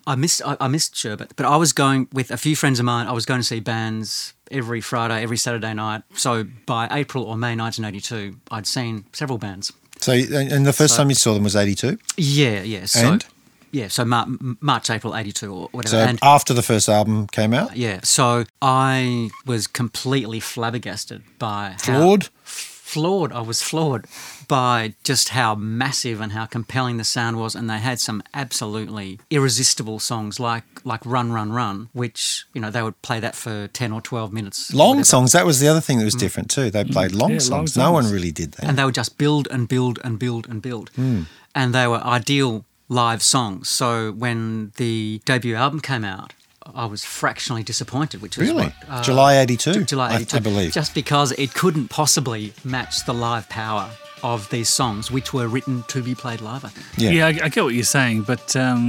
Speaker 2: I missed I, I missed Sherbet, but I was going with a few friends of mine. I was going to see bands every Friday, every Saturday night. So by April or May 1982, I'd seen several bands.
Speaker 3: So, and and the first time you saw them was '82.
Speaker 2: Yeah, yeah. So,
Speaker 3: And?
Speaker 2: Yeah, so Mar- M- March, April 82 or whatever.
Speaker 3: So
Speaker 2: and
Speaker 3: after the first album came out,
Speaker 2: yeah, so I was completely flabbergasted by how-
Speaker 3: Flawed?
Speaker 2: floored. I was floored by just how massive and how compelling the sound was, and they had some absolutely irresistible songs like like Run Run Run, which you know they would play that for ten or twelve minutes, or
Speaker 3: long
Speaker 2: whatever. Mm.
Speaker 3: songs. That was the other thing that was different too. They played long
Speaker 1: Yeah, long
Speaker 3: songs. No one
Speaker 1: songs.
Speaker 3: really did that.
Speaker 2: and they would just build and build and build and build,
Speaker 3: Hmm.
Speaker 2: and they were ideal live songs. So when the debut album came out. I was fractionally disappointed, which is
Speaker 3: really,
Speaker 2: what, uh,
Speaker 3: July '82.
Speaker 2: Ju- July
Speaker 3: I-
Speaker 2: 82,
Speaker 3: I, believe.
Speaker 2: Just because it couldn't possibly match the live power of these songs, which were written to be played live, I think.
Speaker 3: Yeah.
Speaker 1: Yeah, I, I get what you're saying, but um,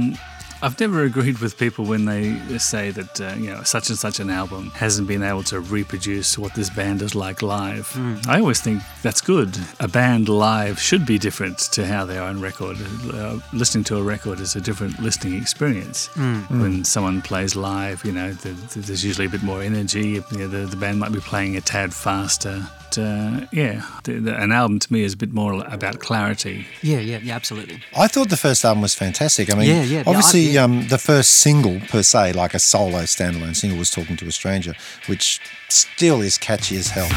Speaker 1: I've never agreed with people when they say that uh, you know such and such an album hasn't been able to reproduce what this band is like live. I always think that's good. A band live should be different to how they are on record. Uh, listening to a record is a different listening experience. When someone plays live, you know, th th there's usually a bit more energy. You know, the, the band might be playing a tad faster. But, uh, yeah, the, the, an album to me is a bit more about clarity
Speaker 2: Yeah, yeah, yeah, absolutely.
Speaker 3: I thought the first album was fantastic. I mean,
Speaker 2: Yeah, yeah, yeah,
Speaker 3: obviously,
Speaker 2: I- yeah.
Speaker 3: Um, the first single per se, like a solo standalone single, was "Talking to a Stranger," which still is catchy as hell.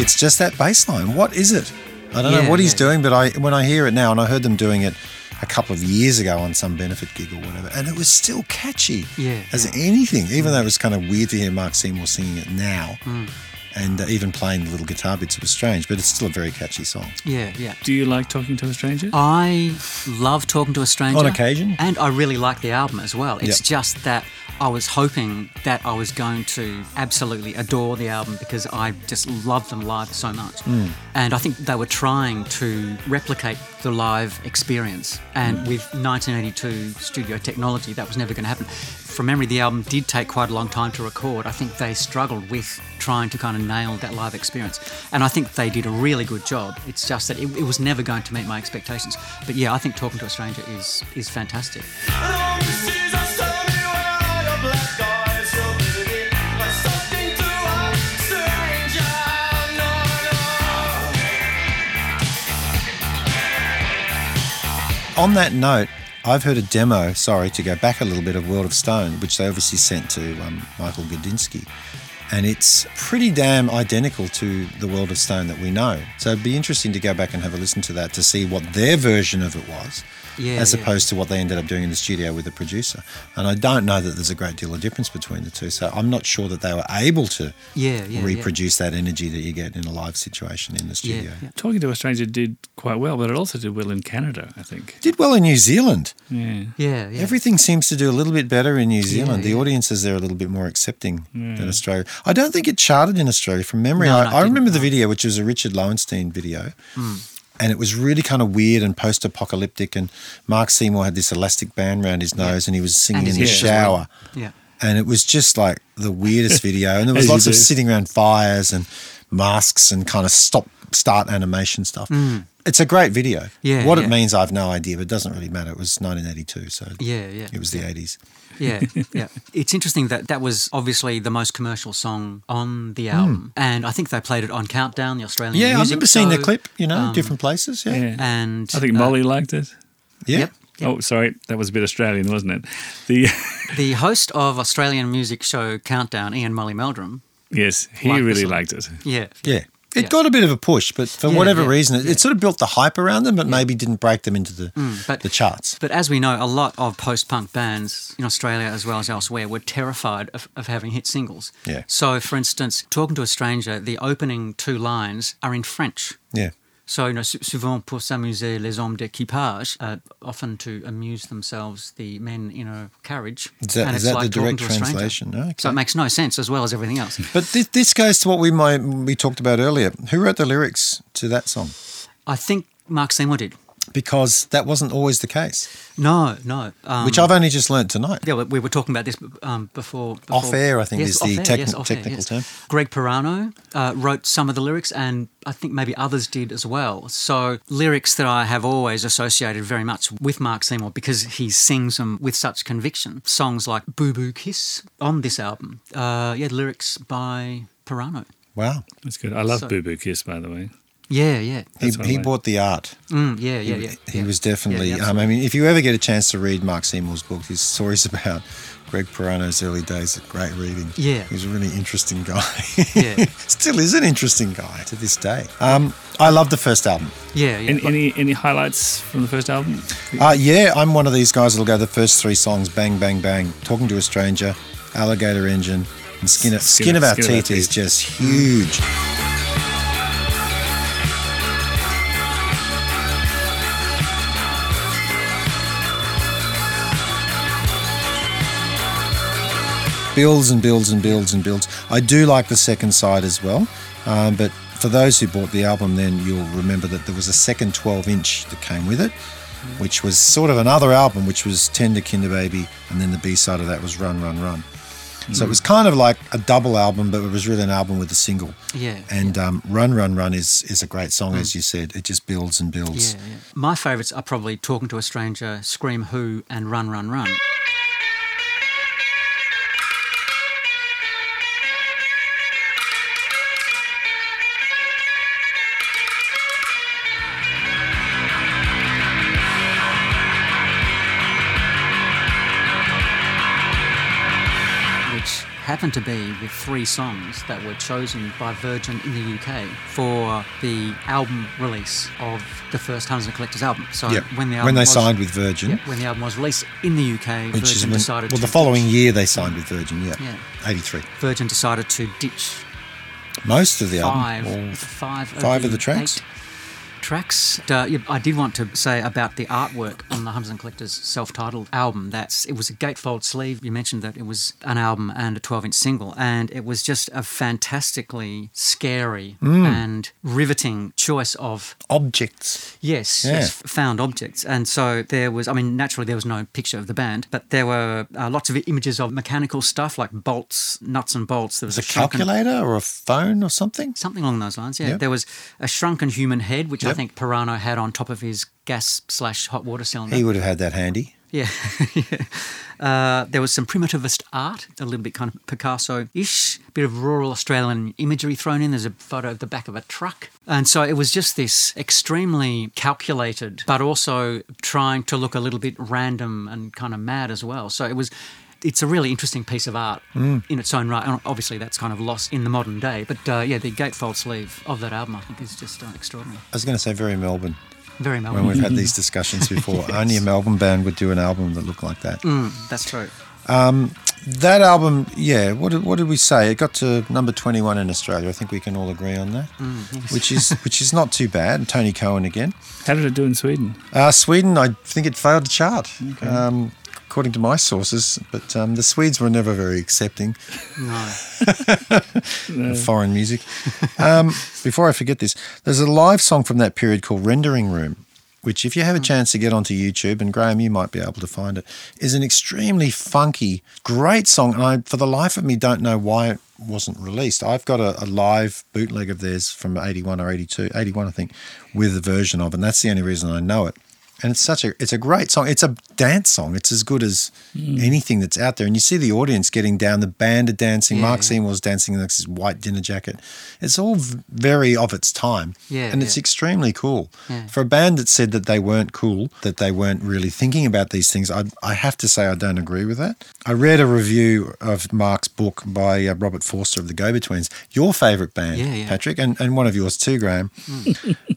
Speaker 3: It's just that bass line. What is it? I don't
Speaker 2: Yeah,
Speaker 3: know what he's
Speaker 2: yeah.
Speaker 3: doing, but I when I hear it now, and I heard them doing it a couple of years ago on some benefit gig or whatever, and it was still catchy
Speaker 2: Yeah,
Speaker 3: as anything, even though it was kind of weird to hear Mark Seymour singing it now. And uh, even playing the little guitar bits was strange, but it's still a very catchy song.
Speaker 2: Yeah, yeah.
Speaker 1: Do you like talking to a stranger?
Speaker 2: Oh. I love talking to a stranger
Speaker 3: On occasion.
Speaker 2: and I really like the album as well. It's
Speaker 3: Yep.
Speaker 2: just that I was hoping that I was going to absolutely adore the album because I just love them live so much. And I think they were trying to replicate the live experience, and with 1982 studio technology, that was never going to happen. From memory, the album did take quite a long time to record. I think they struggled with trying to kind of nail that live experience. And I think they did a really good job. It's just that it, it was never going to meet my expectations. But yeah, I think talking to a stranger is is fantastic.
Speaker 3: On that note, I've heard a demo, sorry, to go back a little bit of World of Stone, which they obviously sent to um, Michael Gudinski. And it's pretty damn identical to the World of Stone that we know. So it'd be interesting to go back and have a listen to that to see what their version of it was,
Speaker 2: Yeah,
Speaker 3: as
Speaker 2: yeah.
Speaker 3: opposed to what they ended up doing in the studio with the producer. And I don't know that there's a great deal of difference between the two. So I'm not sure that they were able to
Speaker 2: Yeah, yeah, yeah.
Speaker 3: reproduce that energy that you get in a live situation in the
Speaker 2: Yeah,
Speaker 3: studio.
Speaker 2: yeah.
Speaker 1: Talking to a stranger did quite well, but it also did well in Canada, I think.
Speaker 3: Did well in New Zealand.
Speaker 1: Yeah.
Speaker 2: Yeah, yeah.
Speaker 3: Everything seems to do a little bit better in New Zealand.
Speaker 2: yeah.
Speaker 3: The audiences there are a little bit more accepting than Australia. I don't think it charted in Australia from memory.
Speaker 2: No,
Speaker 3: I,
Speaker 2: no, Hmm. it
Speaker 3: I remember
Speaker 2: didn't,
Speaker 3: the
Speaker 2: no.
Speaker 3: video, which was a Richard Lowenstein video, and it was really kind of weird and post-apocalyptic. And Mark Seymour had this elastic band around his nose, and he was singing
Speaker 2: his
Speaker 3: in the
Speaker 2: ears as well.
Speaker 3: shower.
Speaker 2: Yeah.
Speaker 3: And it was just like the
Speaker 2: [LAUGHS]
Speaker 3: weirdest video. And there
Speaker 1: As
Speaker 3: was
Speaker 1: you
Speaker 3: lots of
Speaker 1: do.
Speaker 3: sitting around fires and masks and kind of stop start animation stuff. It's a great video.
Speaker 2: Hmm. Yeah,
Speaker 3: What
Speaker 2: yeah.
Speaker 3: it means, I've no idea, but it doesn't really matter. It was 1982, so
Speaker 2: Yeah, yeah.
Speaker 3: it was the 80s. [LAUGHS]
Speaker 2: Yeah, yeah. It's interesting that that was obviously the most commercial song on the album, and I think they played it on Countdown, the Australian.
Speaker 3: Hmm. Yeah, I've
Speaker 2: music
Speaker 3: never seen the
Speaker 2: show.
Speaker 3: clip. You know,
Speaker 2: um,
Speaker 3: different places. Yeah,
Speaker 1: Yeah.
Speaker 2: And
Speaker 1: I think
Speaker 2: uh,
Speaker 1: Molly liked it.
Speaker 3: yeah.
Speaker 2: Yep. yep.
Speaker 1: Oh, sorry, that was a bit Australian, wasn't it? The [LAUGHS]
Speaker 2: uh, The host of Australian music show Countdown, Ian Molly Meldrum.
Speaker 1: yes, he
Speaker 2: Like the
Speaker 1: really
Speaker 2: song.
Speaker 1: liked it.
Speaker 2: Yeah,
Speaker 3: Yeah. It
Speaker 2: Yeah.
Speaker 3: got a bit of a push, but for
Speaker 2: Yeah,
Speaker 3: whatever
Speaker 2: yeah, Mm,
Speaker 3: reason, it, it sort of built the hype around them, but maybe didn't break them into the
Speaker 2: but-
Speaker 3: the charts.
Speaker 2: But as we know, a lot of post punk bands in Australia as well as elsewhere were terrified of, of having hit singles.
Speaker 3: Yeah.
Speaker 2: So, for instance, Talking to a Stranger, the opening two lines are in French.
Speaker 3: Yeah,
Speaker 2: So, you know, sou- souvent pour s'amuser, les hommes d'équipage, uh, often to amuse themselves, the men in a carriage.
Speaker 3: is that,
Speaker 2: And
Speaker 3: is
Speaker 2: it's
Speaker 3: that the
Speaker 2: like talking
Speaker 3: direct
Speaker 2: to a stranger.
Speaker 3: translation? Oh,
Speaker 2: So it
Speaker 3: okay.
Speaker 2: makes no sense as well as everything else.
Speaker 3: But this, this goes to what we might, we talked about earlier. Who wrote the lyrics to that song?
Speaker 2: I think Mark Seymour did.
Speaker 3: Because that wasn't always the case,
Speaker 2: No, no. Um,
Speaker 3: which I've only just learnt tonight.
Speaker 2: Yeah, we- we were talking about this um, before, before.
Speaker 3: Off air, I think, is the
Speaker 2: off air,
Speaker 3: techni-
Speaker 2: off air,
Speaker 3: technical term.
Speaker 2: Greg Pirano uh, wrote some of the lyrics, and I think maybe others did as well. So lyrics that I have always associated very much with Mark Seymour because he sings them with such conviction. Songs like "Boo Boo Kiss" on this album. Uh, yeah, lyrics by Pirano.
Speaker 3: Wow,
Speaker 1: That's good. I love
Speaker 2: So-
Speaker 1: Boo Boo Kiss, by the way.
Speaker 2: Yeah, yeah,
Speaker 3: he,
Speaker 1: That's what I
Speaker 3: he
Speaker 1: like.
Speaker 3: bought the art.
Speaker 2: mm, yeah, yeah, yeah.
Speaker 3: He
Speaker 2: yeah.
Speaker 3: was definitely.
Speaker 2: Yeah, yeah,
Speaker 3: um, I mean, if you ever get a chance to read Mark Seymour's book, his stories [LAUGHS] about Greg Pirano's early days are great reading.
Speaker 2: Yeah.
Speaker 3: he was a really interesting guy.
Speaker 2: Yeah.
Speaker 3: [LAUGHS] still is an interesting guy to this day. Um, I love the first album.
Speaker 2: yeah, yeah.
Speaker 1: Any, any any highlights from the first album?
Speaker 3: Uh, yeah, I'm one of these guys that'll go the first three songs: bang, bang, bang, talking to a stranger, alligator engine, and skin, of-
Speaker 1: Skin
Speaker 3: skin
Speaker 1: of-
Speaker 3: of our
Speaker 1: Skin of Our
Speaker 3: teeth is
Speaker 1: Teeth. Mm.
Speaker 3: just huge. builds and builds and builds and builds. I do like the second side as well, um, but for those who bought the album, then you'll remember that there was a second 12 inch that came with it, which was sort of another album, which was Tender Kinder Baby, and then the B side of that was Run Run Run. So
Speaker 2: Mm.
Speaker 3: it was kind of like a double album, but it was really an album with a single.
Speaker 2: Yeah, Mm.
Speaker 3: And Um, Run Run Run is is a great song, as you said. It just builds and builds.
Speaker 2: Yeah, yeah. My favourites are probably Talking to a Stranger, Scream Who, and Run, Run, Run. which happened to be the three songs that were chosen by Virgin in the UK for the album release of the first Hunters and Collectors album. So
Speaker 3: Yeah.
Speaker 2: when the album
Speaker 3: when they
Speaker 2: was,
Speaker 3: signed with Virgin,
Speaker 2: yeah, when the album was released in the UK,
Speaker 3: which is
Speaker 2: Virgin
Speaker 3: when,
Speaker 2: decided
Speaker 3: well,
Speaker 2: to
Speaker 3: the following year they signed with Virgin. Yeah,
Speaker 2: Yeah.
Speaker 3: 83.
Speaker 2: Virgin decided to ditch
Speaker 3: Most of the
Speaker 2: five,
Speaker 3: album. or-
Speaker 2: five,
Speaker 3: five of the tracks?
Speaker 2: eight Tracks. Uh, yeah, I did want to say about the artwork on the Hunters and Collectors self-titled album. That's it was a gatefold sleeve. You mentioned that it was an album and a 12-inch single, and it was just a fantastically scary
Speaker 3: Mm.
Speaker 2: and riveting choice of
Speaker 3: objects.
Speaker 2: Yes,
Speaker 3: Yeah.
Speaker 2: yes, found objects. And so there was, I mean, naturally, there was no picture of the band, but there were uh, lots of images of mechanical stuff like bolts, nuts and bolts. There was
Speaker 3: Is a
Speaker 2: shrunken-
Speaker 3: calculator or a phone or something?
Speaker 2: Something along those lines, yeah.
Speaker 3: Yep.
Speaker 2: There was a shrunken human head, which I
Speaker 3: Yep.
Speaker 2: think Pirano had on top of his gas slash hot water cylinder.
Speaker 3: He would have had that handy.
Speaker 2: Yeah. [LAUGHS] yeah. Uh, there was some primitivist art, a little bit kind of Picasso ish, bit of rural Australian imagery thrown in. There's a photo of the back of a truck. And so it was just this extremely calculated, but also trying to look a little bit random and kind of mad as well. So it was. It's a really interesting piece of art
Speaker 3: Mm.
Speaker 2: in its own right. And obviously, that's kind of lost in the modern day. But uh, yeah, the gatefold sleeve of that album, I think, is just uh, extraordinary.
Speaker 3: I was going to say very Melbourne.
Speaker 2: Very Melbourne.
Speaker 3: When we've
Speaker 2: [LAUGHS]
Speaker 3: had these discussions before, only a Melbourne band would do an album that looked like that.
Speaker 2: Mm, that's true.
Speaker 3: That album, yeah. What did, what did we say? It got to number twenty-one in Australia. I think we can all agree on that, which is which is not too bad. And Tony Cohen again.
Speaker 1: How did it do in Sweden?
Speaker 3: Uh, Sweden, I think it failed to chart. Um, according to my sources. But um, the Swedes were never very accepting
Speaker 2: No.
Speaker 3: of foreign music. um, [LAUGHS] before I forget this, there's a live song from that period called Rendering Room, which, if you have a chance to get onto YouTube, and Graham, you might be able to find it, is an extremely funky, great song. And I, for the life of me, don't know why it wasn't released. I've got a, a live bootleg of theirs from 81 or 82, 81, I think, with a version of, it, and that's the only reason I know it. And it's such a it's a great song. It's a dance song. It's as good as anything that's out there. And you see the audience getting down. The band are dancing.
Speaker 2: Yeah,
Speaker 3: Mark
Speaker 2: yeah.
Speaker 3: Seymour's dancing in this white dinner jacket. It's all v- very of its time.
Speaker 2: Yeah,
Speaker 3: and it's
Speaker 2: yeah.
Speaker 3: extremely cool
Speaker 2: Yeah.
Speaker 3: for a band that said that they weren't cool, that they weren't really thinking about these things. I I have to say I don't agree with that. I read a review of Mark's book by uh, Robert Forster of the Go Betweens, your favorite band,
Speaker 2: Yeah, yeah.
Speaker 3: Patrick, and and one of yours too, Graham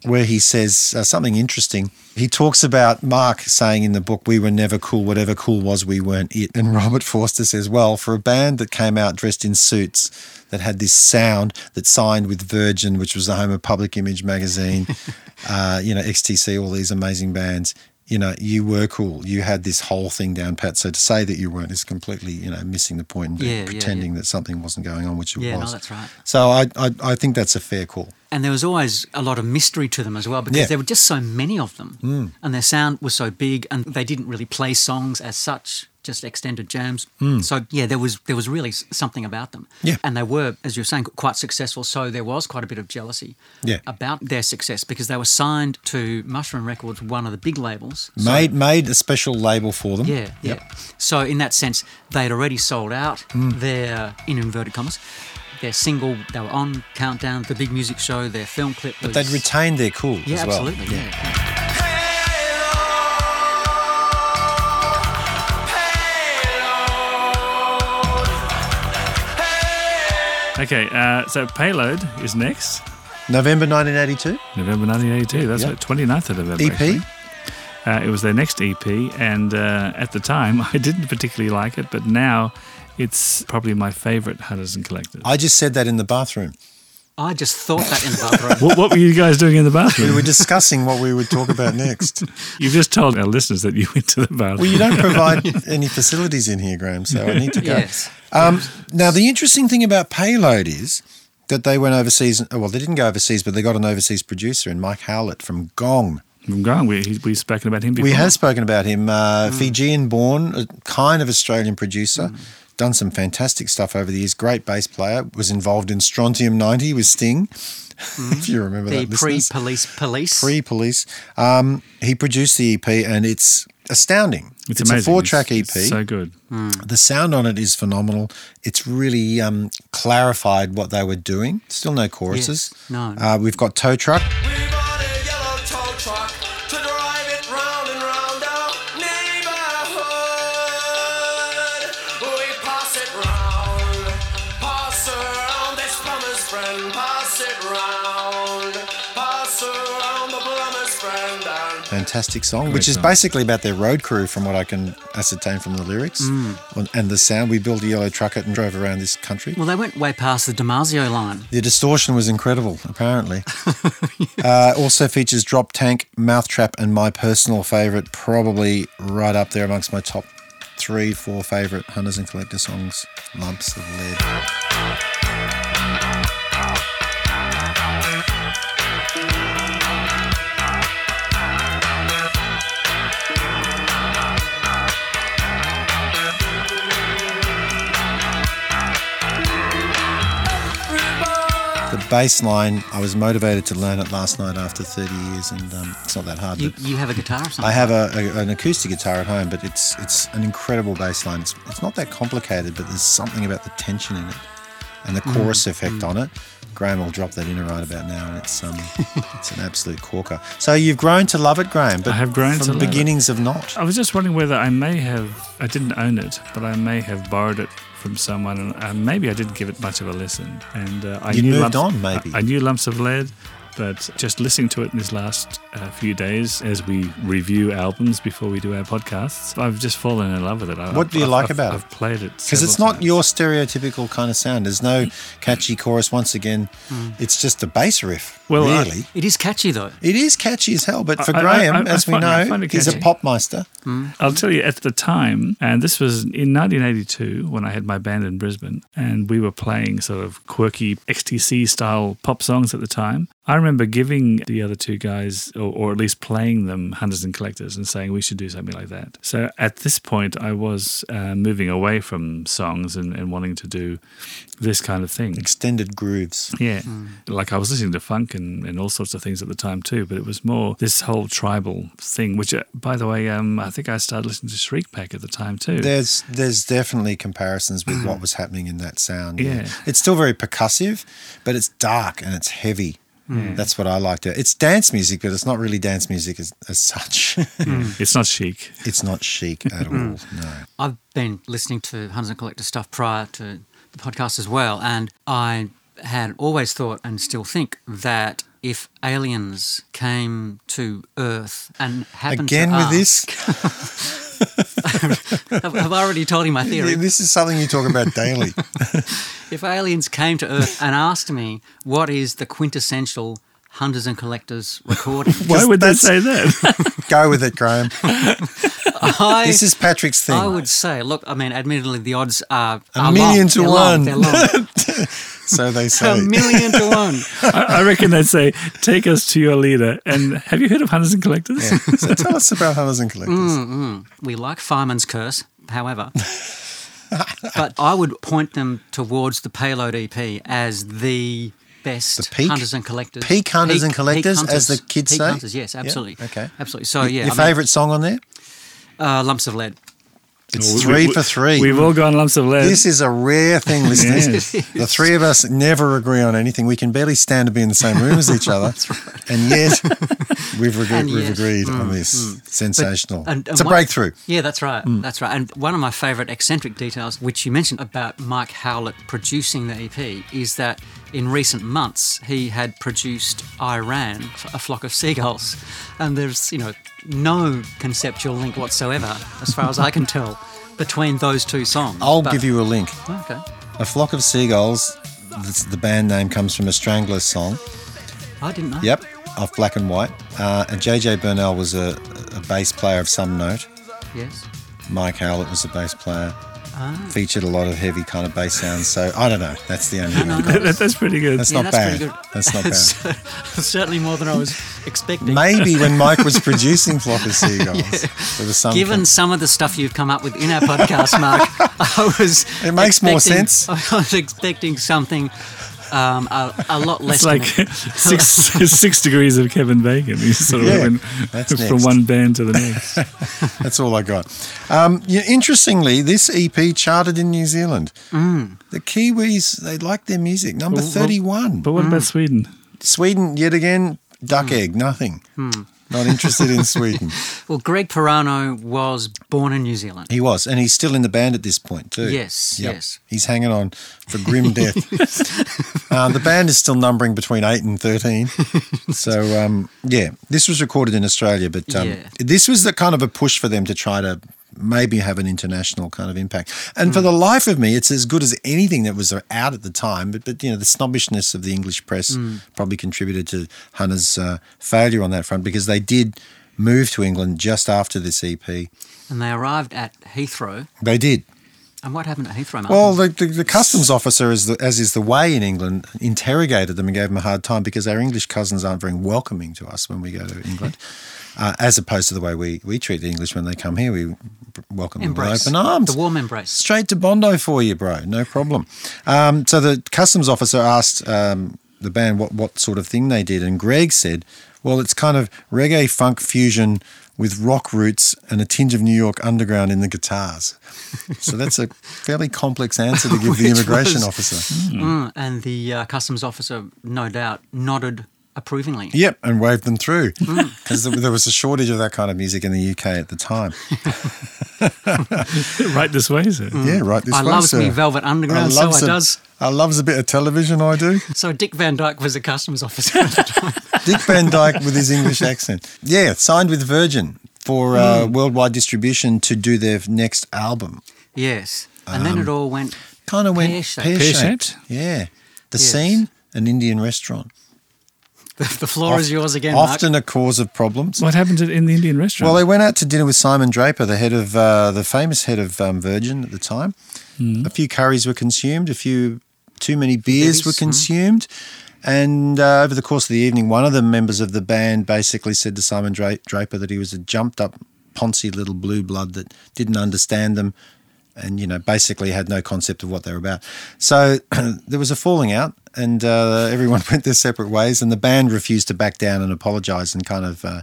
Speaker 3: where he says uh, something interesting. He talks about Mark saying in the book, We were never cool. Whatever cool was, we weren't it. And [LAUGHS] Robert Forster says, Well, for a band that came out dressed in suits, that had this sound, that signed with Virgin, which was the home of Public
Speaker 2: [LAUGHS]
Speaker 3: Image magazine, uh, you know, XTC, all these amazing bands. You know, you were cool. You had this whole thing down pat. So to say that you weren't is completely, you know, missing the point and
Speaker 2: Yeah, yeah, yeah.
Speaker 3: pretending that something wasn't going on, which it
Speaker 2: Yeah, no,
Speaker 3: was.
Speaker 2: that's right.
Speaker 3: So I, I, I think that's a fair call.
Speaker 2: And there was always a lot of mystery to them as well because
Speaker 3: Yeah. Hmm.
Speaker 2: there were just so many of them. Mm. And their sound was so big and they didn't really play songs as such, just extended jams. So yeah, there was there was really s- something about them.
Speaker 3: Hmm. Yeah.
Speaker 2: And they were as you were saying quite successful, so there was quite a bit of jealousy
Speaker 3: Yeah.
Speaker 2: about their success because they were signed to Mushroom Records, one of the big labels. So-
Speaker 3: made made a special label for them.
Speaker 2: yeah, yeah. So in that sense, they had already sold out
Speaker 3: Hmm.
Speaker 2: their in inverted commas, their single. They were on Countdown, the big music show, their film clip.
Speaker 3: But
Speaker 2: was-
Speaker 3: they'd retained their cool
Speaker 2: Yeah,
Speaker 3: as well.
Speaker 2: absolutely. yeah.
Speaker 1: Okay, uh, so Payload is next.
Speaker 3: November 1982
Speaker 1: November 1982. That's
Speaker 3: Yeah. E
Speaker 1: like 29th of November.
Speaker 3: EP.
Speaker 1: actually. Uh, it was their next EP, and uh, at the time, [LAUGHS] I didn't particularly like it, but now it's probably my favorite Hunters and Collectors.
Speaker 3: I just said that in the bathroom.
Speaker 2: I just thought that
Speaker 3: [LAUGHS]
Speaker 2: in the bathroom.
Speaker 1: what, what were you guys doing in the
Speaker 3: We [LAUGHS]
Speaker 1: bathroom?
Speaker 3: were discussing what we would talk about
Speaker 2: [LAUGHS]
Speaker 3: next.
Speaker 1: You've just told our listeners that you went to the bathroom.
Speaker 3: Well, you don't provide any facilities in here, Graham, so I need to go.
Speaker 2: yes.
Speaker 3: Um, now, the interesting thing about Payload is that they went overseas. Well, they didn't go overseas, but they got an overseas producer in Mike Howlett from Gong.
Speaker 1: I'm going. We, he- we've spoken about him before.
Speaker 3: We have spoken about him. Uh,
Speaker 1: Mm.
Speaker 3: Fijian born, a kind of Australian producer. Done some fantastic stuff over the years. Great bass player. Was involved in Strontium 90 with Sting, [LAUGHS]
Speaker 1: Mm.
Speaker 3: if you remember
Speaker 2: The
Speaker 3: that. listeners.
Speaker 2: pre-police police.
Speaker 3: Free Police. Um, he produced the EP and it's astounding.
Speaker 1: It's, amazing.
Speaker 3: a E four track EP.
Speaker 1: It's- it's so good.
Speaker 3: the sound on it is phenomenal. It's really um, clarified what they were doing. Still no choruses.
Speaker 2: Yes. No.
Speaker 3: Uh, we've got Tow Truck.
Speaker 4: We bought a yellow tow truck to drive it round and round our neighborhood. We pass it round, pass around this plumber's friend, pass it round, pass around the plumber's friend and
Speaker 3: Fantastic song, which is
Speaker 1: song.
Speaker 3: basically about their road crew, from what I can ascertain from the lyrics On- and the sound. We built a yellow truck it and drove around this country.
Speaker 2: Well, they went way past the Damasio line.
Speaker 3: The distortion was incredible, apparently. uh, also features Drop Tank, Mouth Trap, and my personal favorite, probably right up there amongst my top three, four favorite Hunters and Collector songs, Lumps of Lead. The bass line, I was motivated to learn it last night after 30 years, and um, it's not that hard.
Speaker 2: You,
Speaker 3: but
Speaker 2: you have a guitar or something?
Speaker 3: I have a, a, an acoustic guitar at home, but it's it's an incredible bass line. It's, it's not that complicated, but there's something about the tension in it and the
Speaker 1: Mm.
Speaker 3: chorus effect on it. Graham will drop that in right about now, and it's um, [LAUGHS] it's an absolute corker. So you've grown to love it, Graham. But
Speaker 1: I have grown
Speaker 3: from
Speaker 1: to love it.
Speaker 3: beginnings of not.
Speaker 1: I was just wondering whether I may have, I didn't own it, but I may have borrowed it from someone, and uh, maybe I didn't give it much of a listen. And uh, I
Speaker 3: You
Speaker 1: knew
Speaker 3: moved
Speaker 1: lumps,
Speaker 3: on, maybe.
Speaker 1: I, I knew lumps of lead. But just listening to it in these last uh, few days as we review albums before we do our podcasts, I've just fallen in love with it. I-
Speaker 3: What do you
Speaker 1: I've-
Speaker 3: like
Speaker 1: I've-
Speaker 3: about it?
Speaker 1: I've played it
Speaker 3: Because it's
Speaker 1: several
Speaker 3: not
Speaker 1: times.
Speaker 3: your stereotypical kind of sound.
Speaker 1: [LAUGHS]
Speaker 3: There's no catchy chorus. Once again, it's just a bass riff.
Speaker 1: Mm. Well, I-
Speaker 3: really,
Speaker 2: It is catchy though.
Speaker 3: it is catchy as hell. But for
Speaker 1: I- I-
Speaker 3: Graham,
Speaker 1: I- I
Speaker 3: as we
Speaker 1: find- I find
Speaker 3: know,
Speaker 1: it
Speaker 3: he's a
Speaker 1: catchy.
Speaker 3: popmeister.
Speaker 1: I'll tell you at the time, and this was in 1982 when I had my band in Brisbane, and we were playing sort of quirky XTC style pop songs at the time. I remember giving the other two guys, or, or at least playing them, Hunters and Collectors, and saying we should do something like that. So at this point, I was uh, moving away from songs and, and wanting to do this kind of thing.
Speaker 3: Extended grooves.
Speaker 1: Yeah. Like I was listening to funk and, and all sorts of things at the time too, but it was more this whole tribal thing, which, uh, by the way, um, I think I started listening to Shriek Pack at the time too.
Speaker 3: There's there's definitely comparisons with what was happening in that sound.
Speaker 1: Yeah.
Speaker 3: it's still very percussive, but it's dark and it's heavy. That's what I liked. It's dance music, but it's not really dance music as, as such. [LAUGHS] Mm.
Speaker 1: It's not chic.
Speaker 3: it's not chic at all. No.
Speaker 2: I've been listening to Hunters and Collectors stuff prior to the podcast as well, and I had always thought and still think that if aliens came to Earth and happened
Speaker 3: Again
Speaker 2: to
Speaker 3: with
Speaker 2: ask-
Speaker 3: this,
Speaker 2: I've, I've already told
Speaker 3: [LAUGHS]
Speaker 2: you my theory.
Speaker 3: this is something you talk
Speaker 2: [LAUGHS]
Speaker 3: about daily.
Speaker 2: If aliens came to Earth and asked me what is the quintessential Hunters and Collectors
Speaker 3: [LAUGHS]
Speaker 2: recording,
Speaker 1: Why would they
Speaker 3: that's-
Speaker 1: say that? [LAUGHS]
Speaker 3: Go with it, Graham.
Speaker 2: I,
Speaker 3: This is Patrick's thing.
Speaker 2: I would say, look, I mean, admittedly, the odds are
Speaker 3: A
Speaker 2: are
Speaker 3: million
Speaker 2: long.
Speaker 3: to
Speaker 2: They're
Speaker 3: one.
Speaker 2: Long. They're long.
Speaker 3: [LAUGHS] so they say.
Speaker 2: [LAUGHS] a million to
Speaker 3: [LAUGHS]
Speaker 2: one.
Speaker 1: I, I reckon they'd say, take us to your leader. And have you heard of Hunters and Collectors? [LAUGHS]
Speaker 3: so tell us about hunters and collectors.
Speaker 2: Mm, We like Fireman's Curse,
Speaker 3: [LAUGHS]
Speaker 2: however. but I would point them towards the Payload EP as the best
Speaker 3: The peak?
Speaker 2: hunters and collectors.
Speaker 3: Peak hunters and collectors, as the kids
Speaker 2: peak
Speaker 3: say?
Speaker 2: Hunters, yes, absolutely.
Speaker 3: okay.
Speaker 2: Absolutely. So, yeah.
Speaker 3: Your
Speaker 2: I mean,
Speaker 3: favourite song on there?
Speaker 2: uh, Lumps of Lead. Oh,
Speaker 3: It's three for three.
Speaker 1: We've all gone lumps of lead.
Speaker 3: this is a rare thing, listeners.
Speaker 1: Yes.
Speaker 3: The three of us never agree on anything. We can barely stand to be in the same room as each other. And yet, we've, reg-
Speaker 2: And
Speaker 3: we've
Speaker 2: yet.
Speaker 3: agreed on this. Sensational.
Speaker 2: and- and
Speaker 3: it's a
Speaker 2: one-
Speaker 3: breakthrough. Mm.
Speaker 2: Yeah, that's right. That's right. And one of my favourite eccentric details, which you mentioned about Mike Howlett producing the EP, is that in recent months he had produced Iran, a flock of seagulls, and there's you know no conceptual link whatsoever, as far as I can tell, between those two songs.
Speaker 3: I'll
Speaker 2: But- Oh,
Speaker 3: give you a link.
Speaker 2: Okay.
Speaker 3: A Flock of Seagulls, that's the band name comes from a Stranglers song.
Speaker 2: I didn't know.
Speaker 3: Yep, off Black and White. Uh, and JJ Burnell was a, a bass player of some note. [LAUGHS]
Speaker 2: Yes.
Speaker 3: Mike Howlett was a bass player.
Speaker 2: Ah.
Speaker 3: Featured a lot of heavy kind of bass sounds. So I don't know. That's the only thing. I got.
Speaker 1: That- that's pretty good.
Speaker 3: That's
Speaker 2: Yeah,
Speaker 3: not
Speaker 2: that's
Speaker 3: bad.
Speaker 2: pretty good.
Speaker 3: That's
Speaker 2: [LAUGHS]
Speaker 3: not bad.
Speaker 2: Certainly more than I was expecting.
Speaker 3: Maybe when Mike was producing Flock of Seagulls, there was some.
Speaker 2: Given some of the stuff you've come up with in our podcast,
Speaker 3: [LAUGHS]
Speaker 2: Mark, I was.
Speaker 3: It makes more
Speaker 2: expecting- [LAUGHS]
Speaker 3: sense.
Speaker 2: I was expecting something um, a, a lot less.
Speaker 1: It's like
Speaker 2: than it.
Speaker 1: six [LAUGHS] six degrees of Kevin Bacon. [LAUGHS] You sort of
Speaker 3: Yeah,
Speaker 1: went
Speaker 3: that's
Speaker 1: from
Speaker 3: next.
Speaker 1: one band to the next.
Speaker 3: That's all I got. Um, yeah, interestingly, this EP charted in New Zealand. The Kiwis, they like their music. Number thirty-one.
Speaker 1: But what about Sweden? [LAUGHS]
Speaker 3: Sweden, yet again, duck egg, nothing. Not interested in Sweden.
Speaker 2: Well, Greg Pirano was born in New Zealand.
Speaker 3: He was, and he's still in the band at this point too.
Speaker 2: Yes, yes.
Speaker 3: He's hanging on for
Speaker 2: [LAUGHS]
Speaker 3: grim death. uh, the band is still numbering between eight and
Speaker 2: [LAUGHS]
Speaker 3: thirteen. So um, yeah, this was recorded in Australia, but um,
Speaker 2: Yeah.
Speaker 3: this was the kind of a push for them to try to maybe have an international kind of impact. And
Speaker 2: Mm.
Speaker 3: for the life of me, it's as good as anything that was out at the time. But but you know, the snobbishness of the English press
Speaker 2: Mm.
Speaker 3: probably contributed to Hunter's uh, failure on that front because they did move to England just after this EP.
Speaker 2: And they arrived at Heathrow.
Speaker 3: They did.
Speaker 2: And what happened at Heathrow, Mark?
Speaker 3: Well, the, the, the customs officer, as, the, as is the way in England, interrogated them and gave them a hard time because our English cousins aren't very welcoming to us when we go to
Speaker 2: [LAUGHS]
Speaker 3: England, uh, as opposed to the way we, we treat the English when they come here. We welcome
Speaker 2: embrace.
Speaker 3: them with open arms.
Speaker 2: The warm embrace.
Speaker 3: Straight to Bondo for you, bro. No problem. Um, so the customs officer asked um, the band what, what sort of thing they did, and Greg said, "Well, it's kind of reggae funk fusion with rock roots and a tinge of New York underground in the guitars." so that's a fairly complex
Speaker 2: [LAUGHS]
Speaker 3: answer to give the
Speaker 2: Which
Speaker 3: immigration
Speaker 2: was-
Speaker 3: officer.
Speaker 2: Mm, and the uh, customs officer, no doubt, nodded approvingly.
Speaker 3: Yep, and waved them
Speaker 2: [LAUGHS]
Speaker 3: through
Speaker 2: Hmm.
Speaker 3: because there was a shortage of that kind of music in the UK at the time.
Speaker 2: Hmm.
Speaker 1: Right this way, sir.
Speaker 3: Hmm. Yeah, right. This
Speaker 2: I
Speaker 3: way,
Speaker 2: loves
Speaker 3: sir.
Speaker 2: me Velvet Underground, so I
Speaker 3: loves it.
Speaker 2: does.
Speaker 3: I loves a bit of television, I do.
Speaker 2: So Dick Van Dyke was a customs officer
Speaker 3: [LAUGHS]
Speaker 2: at the time.
Speaker 3: Dick Van Dyke with his English accent. Yeah, signed with Virgin for uh,
Speaker 2: Hmm.
Speaker 3: worldwide distribution to do their next album.
Speaker 2: Yes. And then it
Speaker 3: Um,
Speaker 2: all went.
Speaker 3: Kind of went
Speaker 2: Pear-shaped.
Speaker 3: pear shaped.
Speaker 1: Pear-shaped?
Speaker 3: Yeah. The
Speaker 2: Yes.
Speaker 3: scene, an Indian restaurant.
Speaker 2: The, the floor is yours again, Mark.
Speaker 3: Often a cause of problems.
Speaker 1: What happened in the Indian restaurant?
Speaker 3: Well, they went out to dinner with Simon Draper, the head of uh, the famous head of um, Virgin at the time. A few curries were consumed, a few too many beers
Speaker 2: Beers,
Speaker 3: were
Speaker 2: mm.
Speaker 3: consumed, and uh, over the course of the evening, one of the members of the band basically said to Simon Dra- Draper that he was a jumped up, poncy little blue blood that didn't understand them, and you know basically had no concept of what they were about. So [CLEARS THROAT] there was a falling out, and uh, everyone [LAUGHS] went their separate ways. And the band refused to back down and apologise and kind of uh,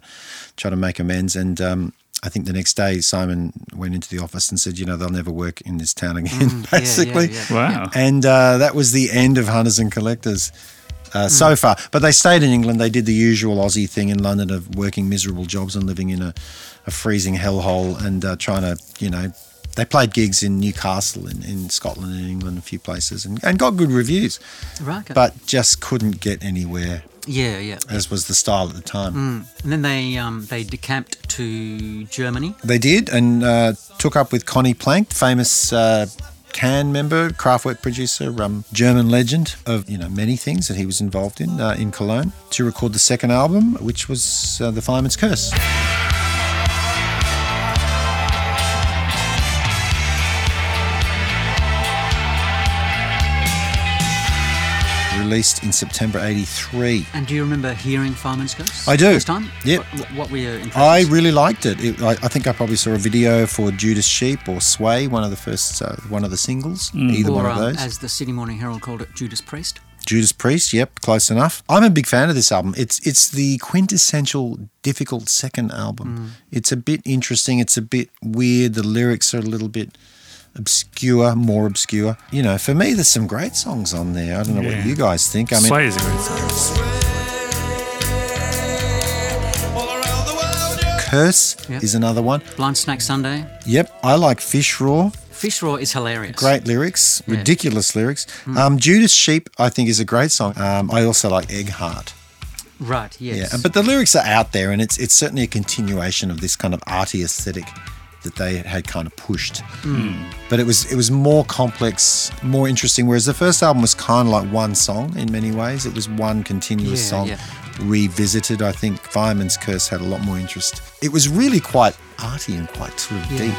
Speaker 3: try to make amends. And um, I think the next day Simon went into the office and said, you know, they'll never work in this town again, [LAUGHS]
Speaker 2: Mm, yeah,
Speaker 3: basically.
Speaker 2: yeah.
Speaker 1: wow.
Speaker 3: And uh, that was the end of Hunters and Collectors. Uh, So far, but they stayed in England. They did the usual Aussie thing in London of working miserable jobs and living in a, a freezing hellhole and uh, trying to, you know, they played gigs in Newcastle in, in Scotland and England, a few places, and, and got good reviews,
Speaker 2: Right. okay.
Speaker 3: but just couldn't get anywhere,
Speaker 2: yeah, yeah.
Speaker 3: as was the style at the time.
Speaker 2: And then they um, they decamped to Germany.
Speaker 3: They did, and uh, took up with Connie Plank, famous uh, can member, Kraftwerk producer, um, German legend of you know many things that he was involved in uh, in Cologne to record the second album, which was uh, The Fireman's Curse. Released in September '83.
Speaker 2: And do you remember hearing Fireman's Ghost?
Speaker 3: I do.
Speaker 2: First time?
Speaker 3: Yep.
Speaker 2: What, what were your
Speaker 3: I
Speaker 2: impressions?
Speaker 3: really liked it. it I, I think I probably saw a video for Judas Sheep or Sway, one of the first, uh, one of the singles,
Speaker 1: Mm.
Speaker 3: either
Speaker 2: or,
Speaker 3: one of
Speaker 2: um,
Speaker 3: those.
Speaker 2: as the Sydney Morning Herald called it, Judas Priest.
Speaker 3: Judas Priest, yep, close enough. I'm a big fan of this album. It's it's the quintessential difficult second
Speaker 2: Mm.
Speaker 3: album. It's a bit interesting. It's a bit weird. The lyrics are a little bit obscure, more obscure. You know, for me, there's some great songs on there. I don't know
Speaker 1: Yeah.
Speaker 3: what you guys think. I mean,
Speaker 1: Sway is a great song.
Speaker 4: All around the world, yeah.
Speaker 3: Curse
Speaker 2: Yeah.
Speaker 3: is another one.
Speaker 2: Blind Snake Sunday.
Speaker 3: Yep, I like Fish Raw.
Speaker 2: Fish Raw is hilarious.
Speaker 3: Great lyrics, ridiculous lyrics. Um, Judas Sheep, I think, is a great song. Um, I also like Egg Heart.
Speaker 2: Right, yes.
Speaker 3: Yeah, but the lyrics are out there, and it's it's certainly a continuation of this kind of arty aesthetic that they had kind of pushed.
Speaker 2: Hmm.
Speaker 3: But it was it was more complex, more interesting. Whereas the first album was kind of like one song in many ways. It was one continuous
Speaker 2: Yeah,
Speaker 3: song
Speaker 2: yeah.
Speaker 3: revisited. I think Fireman's Curse had a lot more interest. It was really quite arty and quite sort of deep.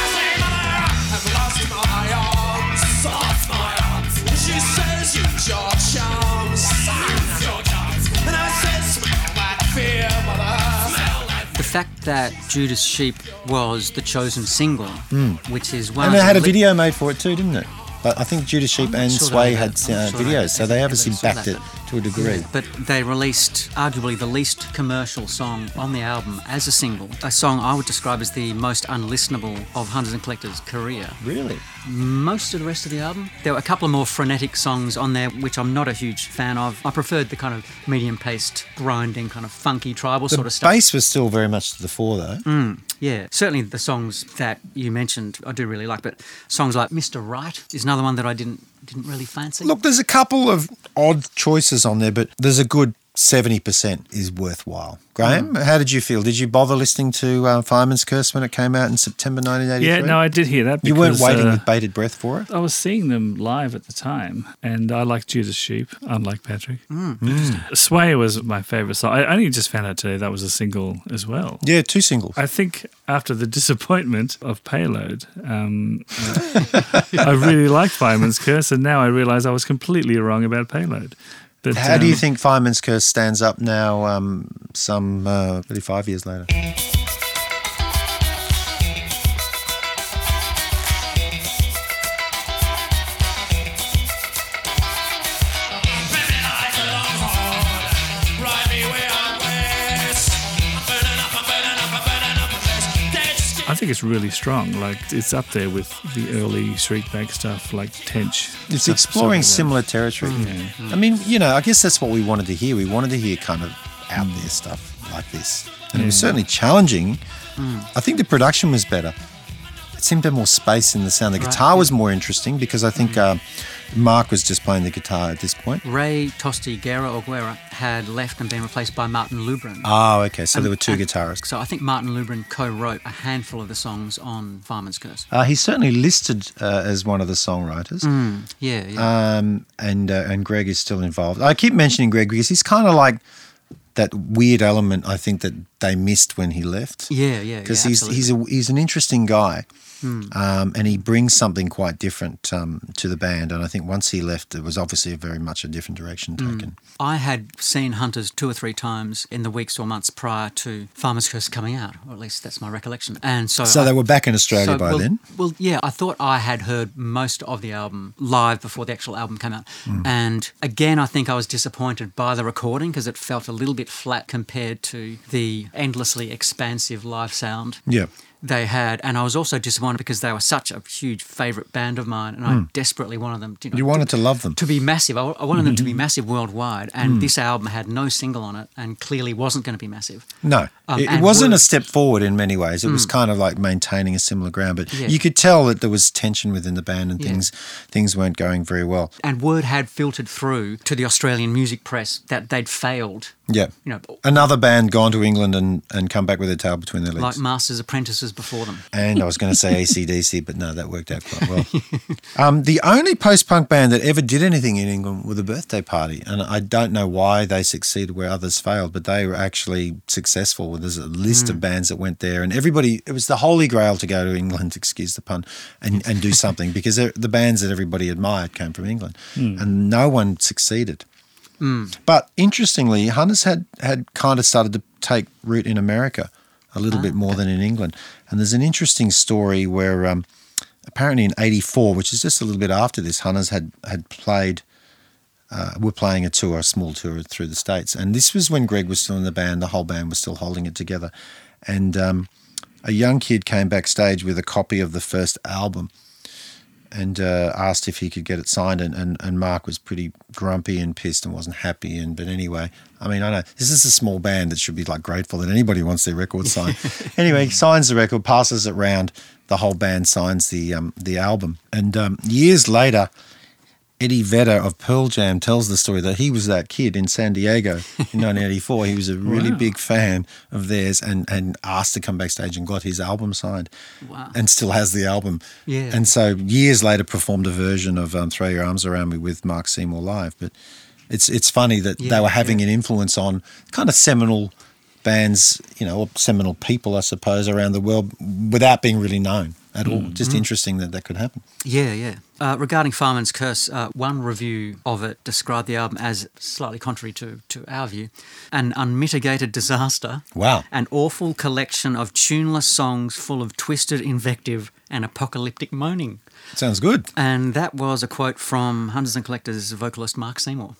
Speaker 4: I've lost my arms, lost my arms. She says use your charms, use your charms. And I said smell that fear, mother. Smell that
Speaker 2: the fact that Judas Sheep was the chosen single, which is one
Speaker 3: Hmm. And
Speaker 2: of
Speaker 3: they
Speaker 2: the
Speaker 3: had a
Speaker 2: li-
Speaker 3: video made for it too, didn't it? But I think Judas Sheep
Speaker 2: not
Speaker 3: and
Speaker 2: sure that
Speaker 3: Sway
Speaker 2: I-
Speaker 3: had
Speaker 2: I'm not
Speaker 3: uh,
Speaker 2: sure that I
Speaker 3: videos, so they
Speaker 2: ever
Speaker 3: obviously
Speaker 2: saw
Speaker 3: backed
Speaker 2: that,
Speaker 3: it to a degree.
Speaker 2: But they released arguably the least commercial song on the album as a single, a song I would describe as the most unlistenable of Hunters and Collectors' career.
Speaker 3: Really?
Speaker 2: Most of the rest of the album, there were a couple of more frenetic songs on there, which I'm not a huge fan of. I preferred the kind of medium-paced, grinding, kind of funky tribal
Speaker 3: The
Speaker 2: sort of stuff.
Speaker 3: bass was still very much to the fore, though.
Speaker 2: Yeah, certainly the songs that you mentioned, I do really like. But songs like Mr. Right is another one that I didn't didn't really fancy.
Speaker 3: Look, there's a couple of odd choices on there, but there's a good 70% is worthwhile. Graham, how did you feel? Did you bother listening to uh, Fireman's Curse when it came out in September 1983?
Speaker 1: Yeah, no, I did hear that.
Speaker 3: you weren't
Speaker 1: because,
Speaker 3: waiting
Speaker 1: uh,
Speaker 3: with bated breath for it?
Speaker 1: I was seeing them live at the time, and I like Judas Sheep, unlike Patrick.
Speaker 3: Hmm,
Speaker 1: Sway was my favorite song. I only just found out today that was a single as well.
Speaker 3: Yeah, two singles.
Speaker 1: I think after the [LAUGHS] disappointment of Payload,
Speaker 3: [LAUGHS]
Speaker 1: um, I really like Fireman's Curse, and now I realize I was completely wrong about Payload. But,
Speaker 3: how do you
Speaker 1: um,
Speaker 3: think Fireman's Curse stands up now, um, some uh, 35 years later?
Speaker 4: Maybe I belong hard. Ride me where I wish. I'm burning up, I'm burning up, I'm burning up. Dead skin.
Speaker 1: I think it's really strong. Like it's up there with the early shriekback stuff, like Tench.
Speaker 3: It's
Speaker 1: stuff-
Speaker 3: exploring
Speaker 1: stuff like
Speaker 3: similar territory. I mean, you know, I guess that's what we wanted to hear. We wanted to hear kind of out
Speaker 2: Mm.
Speaker 3: there stuff like this. And it was certainly challenging.
Speaker 2: Mm.
Speaker 3: I think the production
Speaker 2: Mm.
Speaker 3: was better. It seemed to have more space in the sound. The guitar was more interesting because I think uh, Mark was just playing the guitar at this point.
Speaker 2: Ray Tosti Guerra or Guerra had left and been replaced by Martin Lubrin.
Speaker 3: Oh, okay. So there were two
Speaker 2: Um, And-
Speaker 3: guitarists.
Speaker 2: So I think Martin Lubrin co-wrote a handful of the songs on Fireman's Curse.
Speaker 3: Uh, he's certainly listed uh, as one of the songwriters.
Speaker 2: Mm. Yeah, yeah.
Speaker 3: um, and uh, and Greg is still involved. I keep mentioning Greg because he's kind of like that weird element I think that they missed when he left.
Speaker 2: Yeah, yeah,
Speaker 3: because
Speaker 2: yeah,
Speaker 3: he's
Speaker 2: absolutely. Hmm.
Speaker 3: he's a, he's an interesting guy, um, and he brings something quite different um, to the band. And I think once he left, it was obviously a very much a different direction
Speaker 2: Hmm.
Speaker 3: taken.
Speaker 2: I had seen Hunters two or three times in the weeks or months prior to Farmer's Curse coming out, or at least that's my recollection. And so,
Speaker 3: So
Speaker 2: I-
Speaker 3: they were back in Australia
Speaker 2: so,
Speaker 3: by
Speaker 2: well,
Speaker 3: then.
Speaker 2: Well, yeah, I thought I had heard most of the album live before the actual album came out.
Speaker 3: Hmm.
Speaker 2: And again, I think I was disappointed by the recording because it felt a little bit flat compared to the endlessly expansive live sound
Speaker 3: Yeah.
Speaker 2: they had. And I was also disappointed because they were such a huge favourite band of mine, and I desperately wanted them. Hmm. You, Mm-hmm. know,
Speaker 3: You wanted to love them.
Speaker 2: to be massive. I, I wanted them to be massive worldwide, and this album had no single on it, and clearly wasn't going to be massive.
Speaker 3: No,
Speaker 2: Um,
Speaker 3: it, it
Speaker 2: and
Speaker 3: wasn't a
Speaker 2: words.
Speaker 3: step forward in many ways. It was kind of like maintaining a similar ground, but
Speaker 2: Yeah.
Speaker 3: you could tell that there was tension within the band and
Speaker 2: Yeah.
Speaker 3: things things weren't going very well.
Speaker 2: And word had filtered through to the Australian music press that they'd failed.
Speaker 3: Yeah,
Speaker 2: You know,
Speaker 3: another band gone to England and, and come back with their tail between their
Speaker 2: like
Speaker 3: legs.
Speaker 2: masters apprentices before them.
Speaker 3: and I was going to say ACDC, but no, that worked out quite
Speaker 2: [LAUGHS]
Speaker 3: well. [LAUGHS] um, the only post punk band that ever did anything in England were the Birthday Party. And I don't know why they succeeded where others failed, but they were actually successful. There's a list
Speaker 2: Mm.
Speaker 3: of bands that went there, and everybody, it was the holy grail to go to England, [LAUGHS] excuse the pun, and, and do something because they're- the bands that everybody admired came from England,
Speaker 2: Hmm.
Speaker 3: and no one succeeded. But interestingly, Hunters had, had kind of started to take root in America a little bit more than in England. And there's an interesting story where um, apparently in '84, which is just a little bit after this, Hunters had had played. Uh, were playing a tour, a small tour through the states, and this was when Greg was still in the band. The whole band was still holding it together, and um, a young kid came backstage with a copy of the first album, and uh, asked if he could get it signed. And, and, and Mark was pretty grumpy and pissed and wasn't happy. And but anyway, I mean, I know this is a small band that should be like grateful that anybody wants their record signed. anyway, he signs the record, passes it round. The whole band signs the um, the album. And um, years later, Eddie Vedder of Pearl Jam tells the story that he was that kid in San Diego in [LAUGHS] 1984. He was a really big fan of theirs and, and asked to come backstage and got his album signed
Speaker 2: Wow.
Speaker 3: and still has the album.
Speaker 2: Yeah.
Speaker 3: And so years later performed a version of um, Throw Your Arms Around Me with Mark Seymour Live. But it's, it's funny that they
Speaker 2: Yeah,
Speaker 3: were having an influence on kind of seminal bands, you know, or seminal people, I suppose, around the world without being really known at
Speaker 2: Mm,
Speaker 3: all. Just interesting that that could happen.
Speaker 2: Yeah, yeah. Uh, regarding Fireman's Curse, uh, one review of it described the album as slightly contrary to, to our view, an unmitigated disaster.
Speaker 3: Wow.
Speaker 2: An awful collection of tuneless songs full of twisted invective and apocalyptic moaning.
Speaker 3: Sounds good.
Speaker 2: And that was a quote from Hunters and Collectors vocalist Mark Seymour.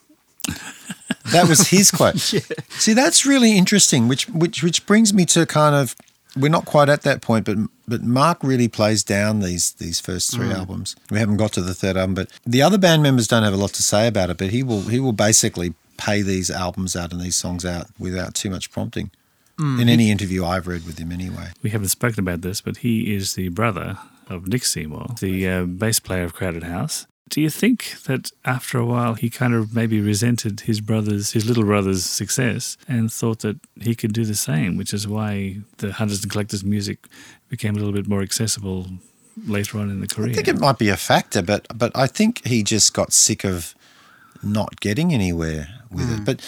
Speaker 3: That was his quote. See, that's really interesting. Which which which brings me to kind of we're not quite at that point, but but Mark really plays down these these first three albums. We haven't got to the third album, but the other band members don't have a lot to say about it. But he will he will basically pay these albums out and these songs out without too much prompting. In any interview I've read with him, anyway.
Speaker 1: We haven't spoken about this, but he is the brother of Nick Seymour, the uh, bass player of Crowded House. Do you think that after a while he kind of maybe resented his brother's, his little brother's success and thought that he could do the same, which is why the Hunters and Collectors music became a little bit more accessible later on in the career?
Speaker 3: I think it might be a factor, but but I think he just got sick of not getting anywhere with
Speaker 2: Hmm.
Speaker 3: it. But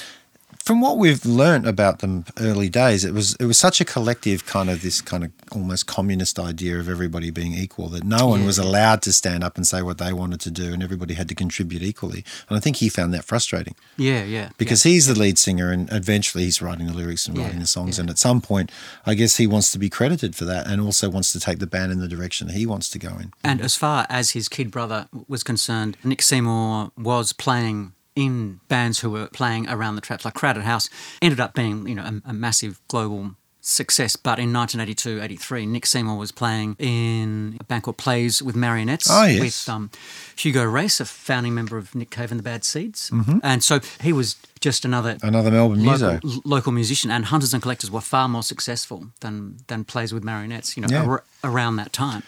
Speaker 3: from what we've learnt about them early days, it was it was such a collective kind of this kind of almost communist idea of everybody being equal that no one was allowed to stand up and say what they wanted to do, and everybody had to contribute equally. And I think he found that frustrating
Speaker 2: Yeah, yeah.
Speaker 3: because he's the lead singer and eventually he's writing the lyrics and
Speaker 2: Yeah,
Speaker 3: writing the songs
Speaker 2: yeah.
Speaker 3: and at some point i guess he wants to be credited for that and also wants to take the band in the direction he wants to go in
Speaker 2: And as far as his kid brother was concerned, Nick Seymour was playing in bands who were playing around the traps, like Crowded House, ended up being you know a, a massive global success. But in 1982, 83, Nick Seymour was playing in a band called Plays with Marionettes
Speaker 3: Oh, yes.
Speaker 2: with um, Hugo Race, a founding member of Nick Cave and the Bad Seeds, and so he was just another.
Speaker 3: another melbourne
Speaker 2: Local,
Speaker 3: muso
Speaker 2: l- local musician and hunters and collectors were far more successful than than plays with marionettes. You know,
Speaker 3: Yeah.
Speaker 2: ar- around that time,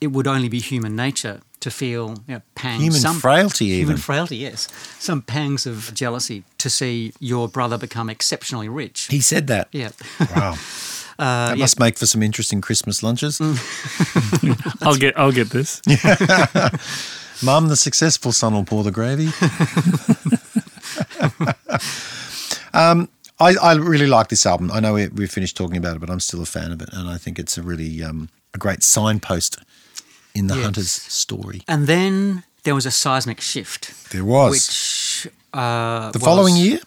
Speaker 2: it would only be human nature to feel you know, pangs.
Speaker 3: Human
Speaker 2: some,
Speaker 3: frailty even.
Speaker 2: Human frailty, yes. Some pangs of jealousy to see your brother become exceptionally rich.
Speaker 3: He said that.
Speaker 2: yeah. [LAUGHS] Uh,
Speaker 3: Wow. that must make for some interesting Christmas lunches.
Speaker 2: Mm.
Speaker 1: I'll get I'll get this.
Speaker 3: Mum, the successful son will pour the
Speaker 2: [LAUGHS]
Speaker 3: gravy. um, Um, I, I really like this album. I know we, we finished talking about it, but I'm still a fan of it, and I think it's a really um, a great signpost in the
Speaker 2: Yes.
Speaker 3: hunter's story.
Speaker 2: And then there was a seismic shift,
Speaker 3: There was
Speaker 2: which uh,
Speaker 3: the
Speaker 2: was-
Speaker 3: following year,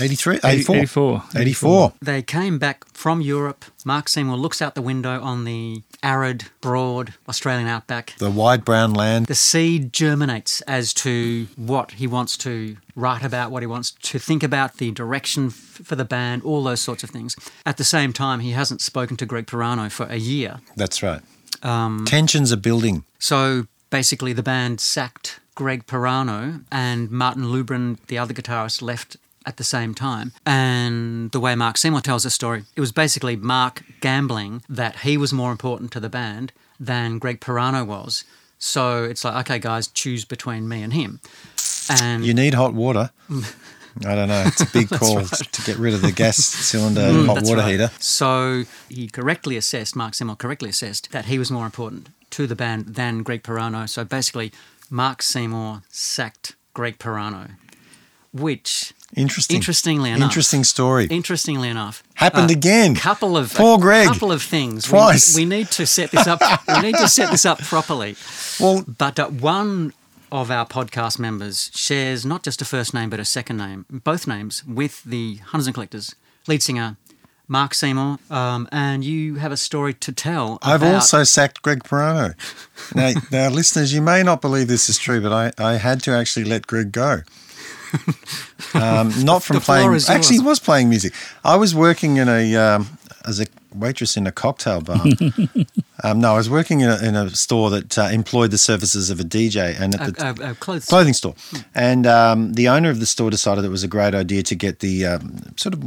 Speaker 3: 83, 84,
Speaker 1: 84.
Speaker 3: 84.
Speaker 2: They came back from Europe. Mark Seymour looks out the window on the arid, broad Australian outback.
Speaker 3: The wide brown land.
Speaker 2: The seed germinates as to what he wants to write about, what he wants to think about, the direction f- for the band, all those sorts of things. At the same time, he hasn't spoken to Greg Pirano for a year.
Speaker 3: That's right.
Speaker 2: Um,
Speaker 3: Tensions are building.
Speaker 2: So basically, the band sacked Greg Pirano and Martin Lubrin, the other guitarist, left at the same time. And the way Mark Seymour tells the story, it was basically Mark gambling that he was more important to the band than Greg Pirano was. So it's like, okay, guys, choose between me and him. And
Speaker 3: You need hot water.
Speaker 2: Mm.
Speaker 3: I don't know. It's a
Speaker 2: [LAUGHS]
Speaker 3: big call to get rid of the gas cylinder and hot
Speaker 2: Mm, That's
Speaker 3: water
Speaker 2: right.
Speaker 3: heater.
Speaker 2: So he correctly assessed, Mark Semmel correctly assessed that he was more important to the band than Greg Pirano. So basically, Mark Seymour sacked Greg Pirano, which,
Speaker 3: Interesting.
Speaker 2: interestingly enough, uh,
Speaker 3: Interesting story.
Speaker 2: Interestingly enough,
Speaker 3: Happened again.
Speaker 2: Couple of
Speaker 3: Poor
Speaker 2: a
Speaker 3: Greg.
Speaker 2: Couple of things. We-
Speaker 3: Twice.
Speaker 2: We, need to set this up. we need to set this up properly.
Speaker 3: well,
Speaker 2: But uh, one of our podcast members shares not just a first name but a second name, both names, with the Hunters and Collectors lead singer Mark Seymour. Um, and you have a story to tell.
Speaker 3: I've
Speaker 2: about-
Speaker 3: also sacked Greg Pirano.
Speaker 2: [LAUGHS]
Speaker 3: Now, now, listeners, you may not believe this is true, but I, I had to actually let
Speaker 2: [LAUGHS]
Speaker 3: Greg go. Um, not from
Speaker 2: The floor
Speaker 3: playing.
Speaker 2: is
Speaker 3: Actually, he
Speaker 2: yours.
Speaker 3: was playing music. I was working in a um, as a waitress in a
Speaker 2: [LAUGHS]
Speaker 3: cocktail bar. um, no, I was working in a, in a store that uh, employed the services of a DJ, and
Speaker 2: Uh,
Speaker 3: at the
Speaker 2: uh, uh, clothes.
Speaker 3: clothing store. And um, the owner of the store decided it was a great idea to get the um, sort of,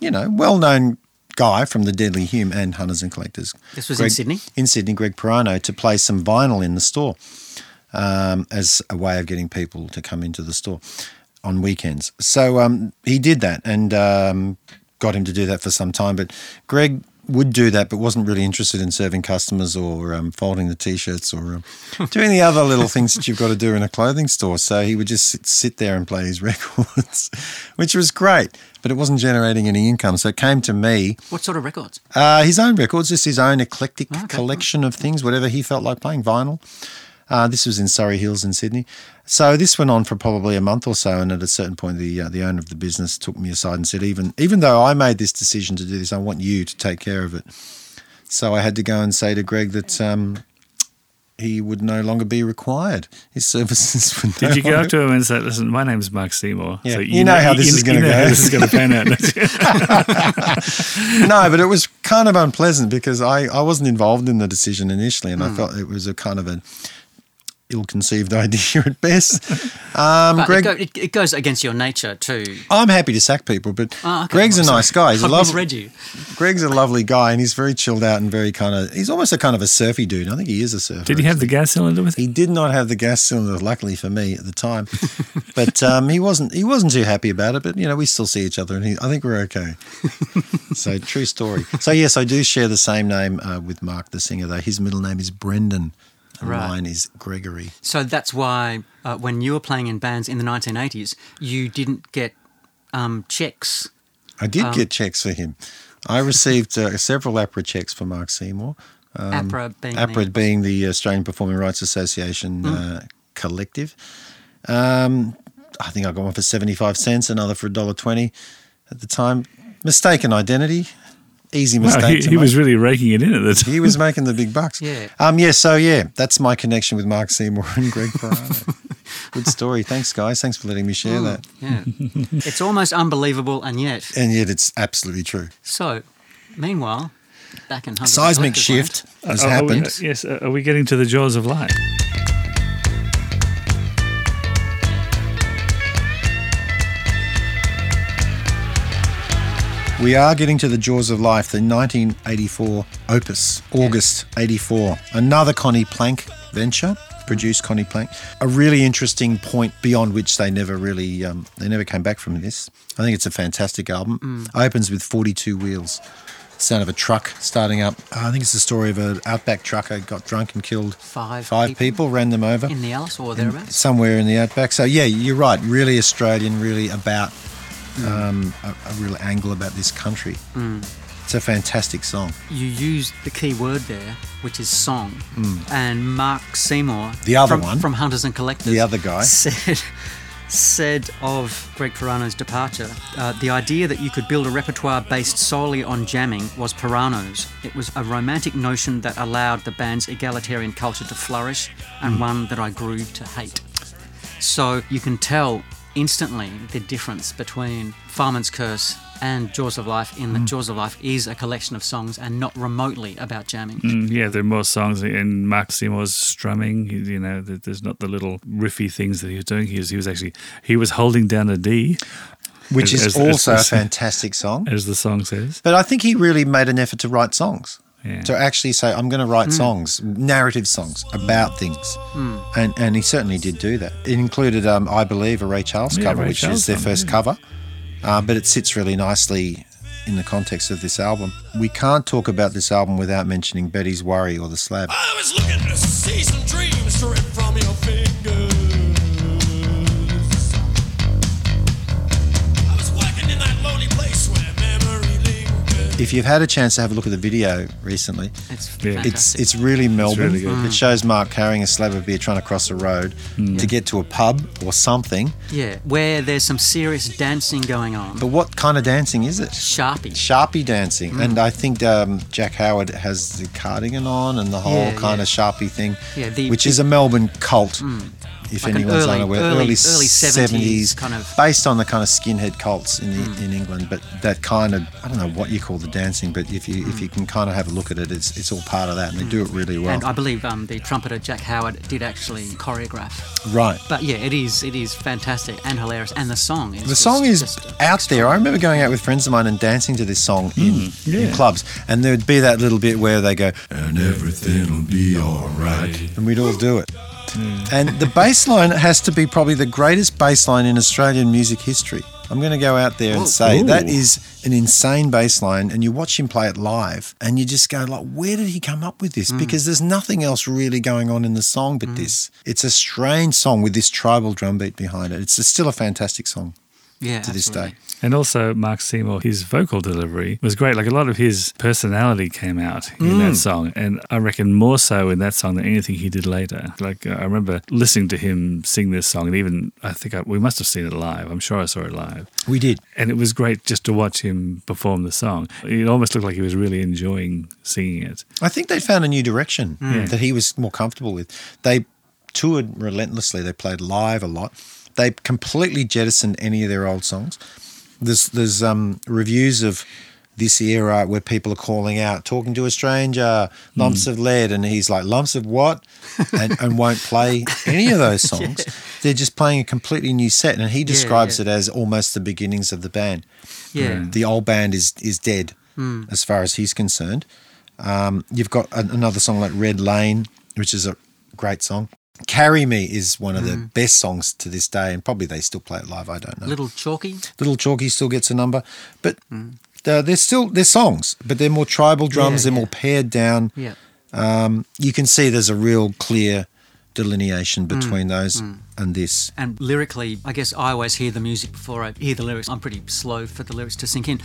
Speaker 3: you know, well known guy from the Deadly Hume and Hunters and Collectors.
Speaker 2: This was in Sydney?
Speaker 3: In Sydney, Greg Pirano, to play some vinyl in the store um, as a way of getting people to come into the store on weekends. So um, he did that and um, got him to do that for some time. But Greg would do that, but wasn't really interested in serving customers or um, folding the t-shirts or um, doing the other little things that you've got to do in a clothing store. So he would just sit, sit there and play his [LAUGHS] records, which was great. But it wasn't generating any income, so it came to me.
Speaker 2: What sort of records?
Speaker 3: Uh, his own records, just his own eclectic
Speaker 2: Okay.
Speaker 3: collection of things, whatever he felt like playing vinyl. Uh, this was in Surrey Hills in Sydney. So this went on for probably a month or so, and at a certain point, the uh, the owner of the business took me aside and said, "Even even though I made this decision to do this, I want you to take care of it." So I had to go and say to Greg that um, he would no longer be required. His services [LAUGHS] would.
Speaker 1: Did
Speaker 3: no
Speaker 1: you go
Speaker 3: longer-
Speaker 1: up to him and say, "Listen, my name's Mark Seymour.
Speaker 3: Yeah. You know how this is gonna
Speaker 1: you know
Speaker 3: go."
Speaker 1: how this is going to
Speaker 3: [LAUGHS]
Speaker 1: pan out."
Speaker 3: no, but it was kind of unpleasant because I, I wasn't involved in the decision initially,
Speaker 2: Hmm.
Speaker 3: and I felt it was a kind of an ill-conceived [LAUGHS] idea at best. Um,
Speaker 2: But it,
Speaker 3: Greg,
Speaker 2: go, it, it goes against your nature too.
Speaker 3: I'm happy to sack people, but
Speaker 2: Ah, okay.
Speaker 3: Greg's a
Speaker 2: Sorry.
Speaker 3: nice guy. He's a
Speaker 2: I've
Speaker 3: lovely,
Speaker 2: misread you.
Speaker 3: Greg's a lovely guy, and he's very chilled out and very kind of. He's almost a kind of a surfy dude. I think he is a surfer.
Speaker 1: Did he have the gas cylinder with him?
Speaker 3: He did not have the gas cylinder, luckily for me at the time, but um, he wasn't he wasn't too happy about it. But you know, we still see each other, and he, I think we're okay. so true story. So yes, I do share the same name uh, with Mark the singer, though his middle name is Brendan, and
Speaker 2: Right.
Speaker 3: mine is Gregory.
Speaker 2: So that's why uh, when you were playing in bands in the 1980s, you didn't get um, checks.
Speaker 3: I did get checks for him. I received uh, several APRA checks for Mark Seymour.
Speaker 2: APRA being the-
Speaker 3: Um, APRA being the Australian Performing Rights Association uh, collective. Um, I think I got one for 75 cents, another for $1.20 at the time. Mistaken identity. Easy
Speaker 1: No,
Speaker 3: mistake.
Speaker 1: Oh, he,
Speaker 3: to
Speaker 1: he was [LAUGHS]
Speaker 3: make.
Speaker 1: really raking it in at the time.
Speaker 3: he was making the big bucks.
Speaker 2: Yeah.
Speaker 3: Um, yeah, so yeah, that's my connection with Mark Seymour and
Speaker 1: [LAUGHS]
Speaker 3: Greg Pirano. Good story. Thanks, guys. Thanks for letting me
Speaker 2: Hmm.
Speaker 3: share that.
Speaker 2: Yeah. it's almost unbelievable, and
Speaker 3: [LAUGHS]
Speaker 2: yet.
Speaker 3: And yet it's absolutely true.
Speaker 2: So, meanwhile, back in Hunter's
Speaker 3: Seismic
Speaker 2: Collector's
Speaker 3: shift
Speaker 2: Land,
Speaker 3: has
Speaker 1: Are- are we-
Speaker 3: happened.
Speaker 1: yes, uh, are we getting to the jaws of life?
Speaker 3: We are getting to the jaws of life, the 1984 opus, August 84. Another Connie Plank venture. produced Connie Plank. A really interesting point beyond which they never really um, they never came back from this. I think it's a fantastic album.
Speaker 2: Mm.
Speaker 3: Opens with 42 wheels. Sound of a truck starting up. I think it's the story of an outback trucker got drunk and killed
Speaker 2: Five
Speaker 3: five
Speaker 2: people.
Speaker 3: people, ran them over
Speaker 2: in the Alice or thereabouts.
Speaker 3: somewhere in the outback. So yeah, you're right. Really Australian. Really about um, a, a real angle about this country. It's a fantastic song.
Speaker 2: You used the key word there, which is song. And Mark Seymour,
Speaker 3: Hmm. The other
Speaker 2: from,
Speaker 3: one.
Speaker 2: from Hunters and Collectors,
Speaker 3: The other guy.
Speaker 2: said said of Greg Pirano's departure, uh, the idea that you could build a repertoire based solely on jamming was Pirano's. It was a romantic notion that allowed the band's egalitarian culture to flourish, and
Speaker 3: Hmm.
Speaker 2: one that I grew to hate. So you can tell instantly the difference between Farman's Curse and Jaws of Life in
Speaker 3: Hmm.
Speaker 2: that Jaws of Life is a collection of songs and not remotely about jamming.
Speaker 3: Hmm.
Speaker 1: Mm, Yeah, there are more songs in Mark Seymour's strumming. You you know, there- there's not the little riffy things that he was doing. He was, he was actually he was holding down a D,
Speaker 3: which
Speaker 1: As-
Speaker 3: is
Speaker 1: as- as-
Speaker 3: also
Speaker 1: as-
Speaker 3: a fantastic song.
Speaker 1: as the song says.
Speaker 3: But I think he really made an effort to write songs.
Speaker 1: Yeah.
Speaker 3: To actually say, I'm going to write
Speaker 1: Hmm.
Speaker 3: songs, narrative songs about things, and and he certainly did do that. It included, um, I believe, a Ray Charles
Speaker 1: Yeah,
Speaker 3: cover,
Speaker 1: Ray
Speaker 3: which
Speaker 1: Charles
Speaker 3: is their
Speaker 1: song,
Speaker 3: first
Speaker 1: yeah.
Speaker 3: cover, uh, but it sits really nicely in the context of this album. We can't talk about this album without mentioning Betty's Worry or the Slab.
Speaker 4: I was looking to see some dreams strip from your fingers. I was working in that lonely place where memory lingers.
Speaker 3: If you've had a chance to have a look at the video recently,
Speaker 2: It's
Speaker 1: Yeah.
Speaker 2: fantastic.
Speaker 3: It's it's really Melbourne.
Speaker 1: really good.
Speaker 3: It shows Mark carrying a slab of beer trying to cross a road to get to a pub or something.
Speaker 2: yeah, where there's some serious dancing going on.
Speaker 3: But what kind of dancing is it?
Speaker 2: Sharpie.
Speaker 3: Sharpie dancing,
Speaker 2: Mm.
Speaker 3: and I think um, Jack Howard has the cardigan on and the whole
Speaker 2: Yeah,
Speaker 3: kind
Speaker 2: yeah.
Speaker 3: of Sharpie thing,
Speaker 2: Yeah, the- Mm.
Speaker 3: which is a Melbourne cult. If
Speaker 2: Like an
Speaker 3: anyone's
Speaker 2: early-
Speaker 3: unaware,
Speaker 2: early- early 70s kind of- Mm.
Speaker 3: based on the kind of skinhead cults in the, in England. But that kind of I don't know what you call the dancing, but if you
Speaker 2: Mm.
Speaker 3: if you can kind of have a look at it, it's it's all part of that, and they do it really well.
Speaker 2: And I believe um, the trumpeter Jack Howard did actually choreograph.
Speaker 3: right.
Speaker 2: But yeah, it is it is fantastic and hilarious, and the song is
Speaker 3: The song is
Speaker 2: just- just-
Speaker 3: out there. I remember going out with friends of mine and dancing to this song
Speaker 2: Mm.
Speaker 3: in,
Speaker 1: yeah.
Speaker 3: in clubs, and there'd be that little bit where they go,
Speaker 5: and everything'll be alright.
Speaker 3: and we'd all do it. And the bass line has to be probably the greatest bass line in Australian music history. I'm going to go out there and say
Speaker 1: Ooh.
Speaker 3: that is an insane bass line. And you watch him play it live, and you just go like, "Where did he come up with this?" Because there's nothing else really going on in the song but this. It's a strange song with this tribal drum beat behind it. It's still a fantastic song
Speaker 2: yeah,
Speaker 3: to this day.
Speaker 1: And also Mark Seymour, his vocal delivery was great. Like a lot of his personality came out in
Speaker 3: Mm.
Speaker 1: that song, and I reckon more so in that song than anything he did later. Like uh, I remember listening to him sing this song, and even I think I, we must have seen it live. I'm sure I saw it live.
Speaker 3: We did.
Speaker 1: and it was great just to watch him perform the song. It almost looked like he was really enjoying singing it.
Speaker 3: I think they found a new direction
Speaker 2: Hmm.
Speaker 3: that he was more comfortable with. They toured relentlessly. They played live a lot. They completely jettisoned any of their old songs. There's there's um, reviews of this era where people are calling out, talking to a stranger, lumps
Speaker 2: Hmm.
Speaker 3: of lead, and he's like lumps of what, and, and won't play any
Speaker 2: [LAUGHS]
Speaker 3: of those songs. They're just playing a completely new set, and he describes
Speaker 2: yeah.
Speaker 3: it as almost the beginnings of the band
Speaker 2: Yeah,
Speaker 3: the old band is is dead
Speaker 2: Hmm.
Speaker 3: as far as he's concerned. Um, you've got an, another song like Red Lane, which is a great song. Carry Me is one of the best songs to this day, and probably they still play it live. I don't know. Little,
Speaker 2: Hmm. little chalky.
Speaker 3: Chalky still gets a number, but uh, they're still they're songs, but they're more tribal drums.
Speaker 2: Yeah,
Speaker 3: they're
Speaker 2: yeah.
Speaker 3: more pared down.
Speaker 2: Yeah,
Speaker 3: You can see there's a real clear delineation
Speaker 2: Hmm.
Speaker 3: between those and this.
Speaker 2: and lyrically, I guess I always hear the music before I hear the lyrics. I'm pretty slow for the lyrics to sink in,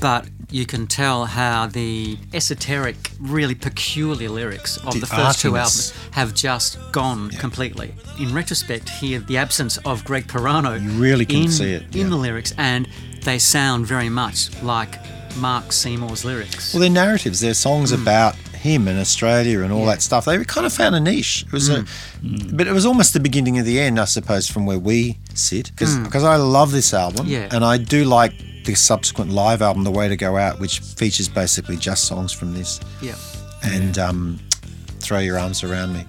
Speaker 2: but you can tell how the esoteric, really peculiar lyrics of
Speaker 3: The
Speaker 2: the, first two
Speaker 3: artiness.
Speaker 2: albums have just gone completely. In retrospect, here the absence of Greg Pirano, you
Speaker 3: really can
Speaker 2: in,
Speaker 3: see it,
Speaker 2: in
Speaker 3: yeah.
Speaker 2: the lyrics, and they sound very much like Mark Seymour's lyrics.
Speaker 3: Well, their narratives, their songs
Speaker 2: Hmm.
Speaker 3: about him and Australia and all that stuff, they kind of found a niche. It was
Speaker 2: Hmm.
Speaker 3: a, but it was almost the beginning of the end, I suppose, from where we sit, because I love this album,
Speaker 2: Hmm. Yeah.
Speaker 3: and I do like the subsequent live album, The Way to Go Out, which features basically just songs from this,
Speaker 2: yeah. Hmm.
Speaker 3: and um, Throw Your Arms Around Me,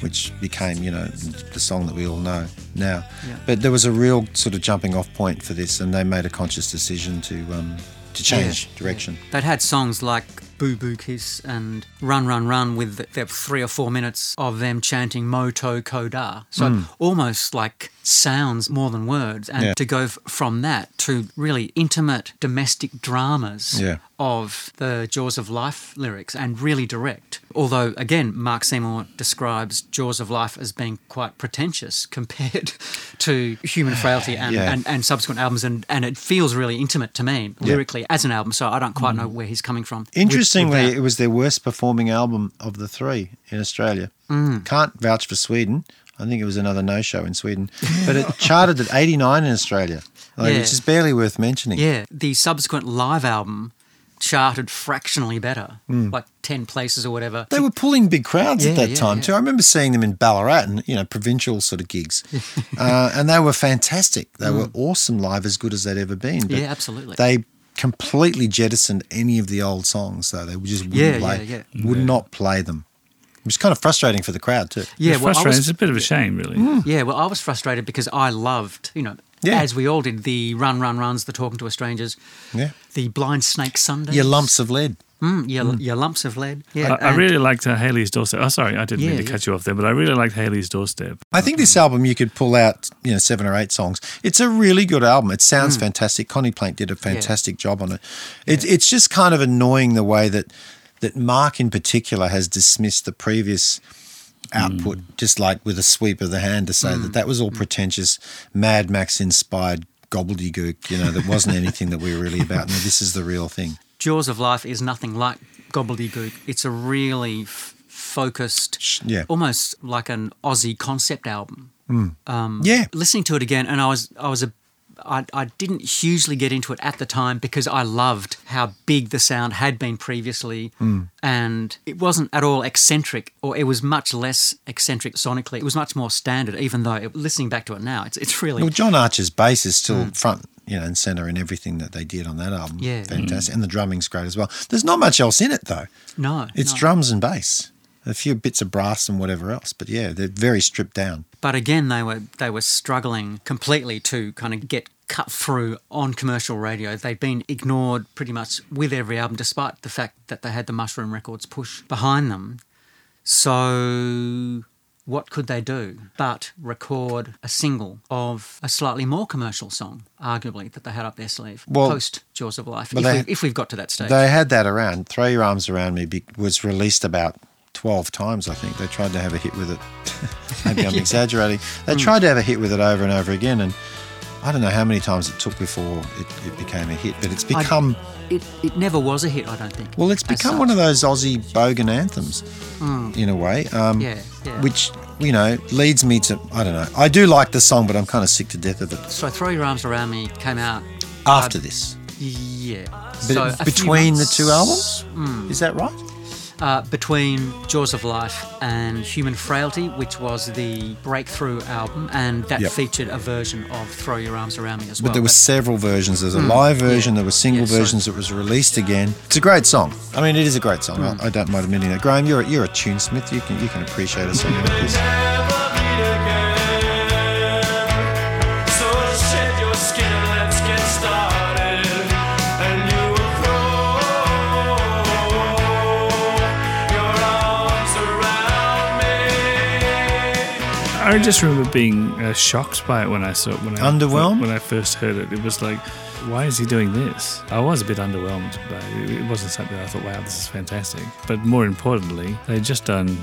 Speaker 3: which became, you know, the song that we all know now.
Speaker 2: Yeah.
Speaker 3: But there was a real sort of jumping off point for this, and they made a conscious decision to um, to change
Speaker 2: Yeah.
Speaker 3: direction.
Speaker 2: They'd had songs like Boo Boo Kiss and Run Run Run with the, their three or four minutes of them chanting Moto Koda. So almost like sounds more than words. And
Speaker 3: Mm. Yeah.
Speaker 2: to go f- from that to really intimate domestic dramas
Speaker 3: Yeah.
Speaker 2: of the Jaws of Life lyrics and really direct. Although, again, Mark Seymour describes Jaws of Life as being quite pretentious [LAUGHS] compared to Human Frailty and,
Speaker 3: Yeah.
Speaker 2: and, and subsequent albums, and, and it feels really intimate to me lyrically as an album. So I don't quite know where he's coming from. with- with
Speaker 3: Mm. Interestingly,
Speaker 2: that.
Speaker 3: it was their worst performing album of the three in Australia.
Speaker 2: Mm.
Speaker 3: Can't vouch for Sweden. I think it was another no show in Sweden, but it [LAUGHS] charted at 89 in Australia, like,
Speaker 2: Yeah.
Speaker 3: which is barely worth mentioning.
Speaker 2: yeah, the subsequent live album charted fractionally better, like 10 places or whatever.
Speaker 3: Mm. They were pulling big crowds at
Speaker 2: Yeah,
Speaker 3: that
Speaker 2: yeah,
Speaker 3: time
Speaker 2: yeah.
Speaker 3: too. I remember seeing them in Ballarat and you know provincial sort
Speaker 2: [LAUGHS]
Speaker 3: of gigs, uh, and they were fantastic. They were awesome live, as good as they'd ever been. But
Speaker 2: Mm. Yeah, absolutely.
Speaker 3: They completely jettisoned any of the old songs, though. They just wouldn't
Speaker 2: Yeah,
Speaker 3: play,
Speaker 2: yeah,
Speaker 3: would not play them. It was kind of frustrating for the crowd too.
Speaker 2: yeah,
Speaker 1: it's
Speaker 2: well, I
Speaker 1: frustrating.
Speaker 2: was Mm.
Speaker 1: it's a bit of a shame, really.
Speaker 2: Yeah, well, I was frustrated because I loved, you know,
Speaker 3: Yeah.
Speaker 2: as we all did, the run, run, runs, the talking to a strangers,
Speaker 3: Yeah,
Speaker 2: the blind snake Sunday,
Speaker 3: your lumps of lead.
Speaker 2: mm, your, your lumps of lead. Yeah,
Speaker 1: I, I
Speaker 2: and-
Speaker 1: really liked uh, Haley's doorstep. Oh, sorry, I didn't
Speaker 2: Yeah,
Speaker 1: mean to
Speaker 2: yeah.
Speaker 1: cut you off there, but I really liked Haley's doorstep.
Speaker 3: I think this album you could pull out, you know, seven or eight songs. It's a really good album. It sounds fantastic. Connie Plank did a fantastic job on it. It, It's just kind of annoying the way that that Mark in particular has dismissed the previous output, just like with a sweep of the hand to say that that was all pretentious, Mad Max inspired gobbledygook. You know, that wasn't anything that we were really about. No, this is the real thing.
Speaker 2: Jaws of Life is nothing like Gobbledygook. It's a really f- focused,
Speaker 3: yeah.
Speaker 2: almost like an Aussie concept album.
Speaker 3: Yeah,
Speaker 2: Listening to it again, and I was, I was a, I, I didn't hugely get into it at the time because I loved how big the sound had been previously,
Speaker 3: Hmm.
Speaker 2: and it wasn't at all eccentric, or it was much less eccentric sonically. It was much more standard, even though it, listening back to it now, it's it's really
Speaker 3: Well, John Archer's bass is still front, you know, and center in everything that they did on that album.
Speaker 2: Hmm. Yeah.
Speaker 3: fantastic, and the drumming's great as well. There's not much else in it though.
Speaker 2: no,
Speaker 3: It's
Speaker 2: no.
Speaker 3: drums and bass, a few bits of brass and whatever else. But yeah, they're very stripped down.
Speaker 2: But again, they were they were struggling completely to kind of get cut through on commercial radio. They'd been ignored pretty much with every album, despite the fact that they had the Mushroom Records push behind them. So, what could they do but record a single of a slightly more commercial song, arguably that they had up their sleeve
Speaker 3: Well,
Speaker 2: post Jaws of Life,
Speaker 3: but
Speaker 2: if,
Speaker 3: they-
Speaker 2: we, if we've got to that stage.
Speaker 3: They had that around. Throw Your Arms Around Me be- was released about 12 times, I think. They tried to have a hit with it. [LAUGHS]
Speaker 2: [LAUGHS]
Speaker 3: Maybe I'm exaggerating.
Speaker 2: Hmm.
Speaker 3: They tried to have a hit with it over and over again. And I don't know how many times it took before it, it became a hit, but it's
Speaker 2: I-
Speaker 3: become.
Speaker 2: it, it never was a hit, I don't think.
Speaker 3: Well, it's
Speaker 2: as
Speaker 3: become
Speaker 2: such.
Speaker 3: one of those Aussie bogan anthems, in a way. Um,
Speaker 2: Yeah, Hmm. yeah.
Speaker 3: Which you know leads me to I don't know. I do like the song, but I'm kind of sick to death of it.
Speaker 2: So, Throw Your Arms Around Me came out
Speaker 3: After this,
Speaker 2: Yeah.
Speaker 3: but
Speaker 2: Uh, So a few
Speaker 3: between the
Speaker 2: months, Hmm.
Speaker 3: two albums, is that right?
Speaker 2: Uh, between Jaws of Life and Human Frailty, which was the breakthrough album, and that
Speaker 3: Yep.
Speaker 2: featured a version of Throw Your Arms Around Me as well.
Speaker 3: But there were several versions. There's a live version. There were single
Speaker 2: Hmm. Yeah, so-
Speaker 3: versions that was released again. It's a great song. I mean, it is a great song.
Speaker 2: Hmm.
Speaker 3: I, I don't mind admitting that. Graham, you're a, you're a tunesmith. You can you can appreciate a song like this.
Speaker 4: So shed your skin and let's get started. And you will throw your arms around me.
Speaker 1: I just remember being uh, shocked by it when I saw it. When I,
Speaker 3: Underwhelmed?
Speaker 1: When I first heard it, it was like, why is he doing this? I was a bit underwhelmed, but it it wasn't something I thought, wow, this is fantastic. But more importantly, they'd just done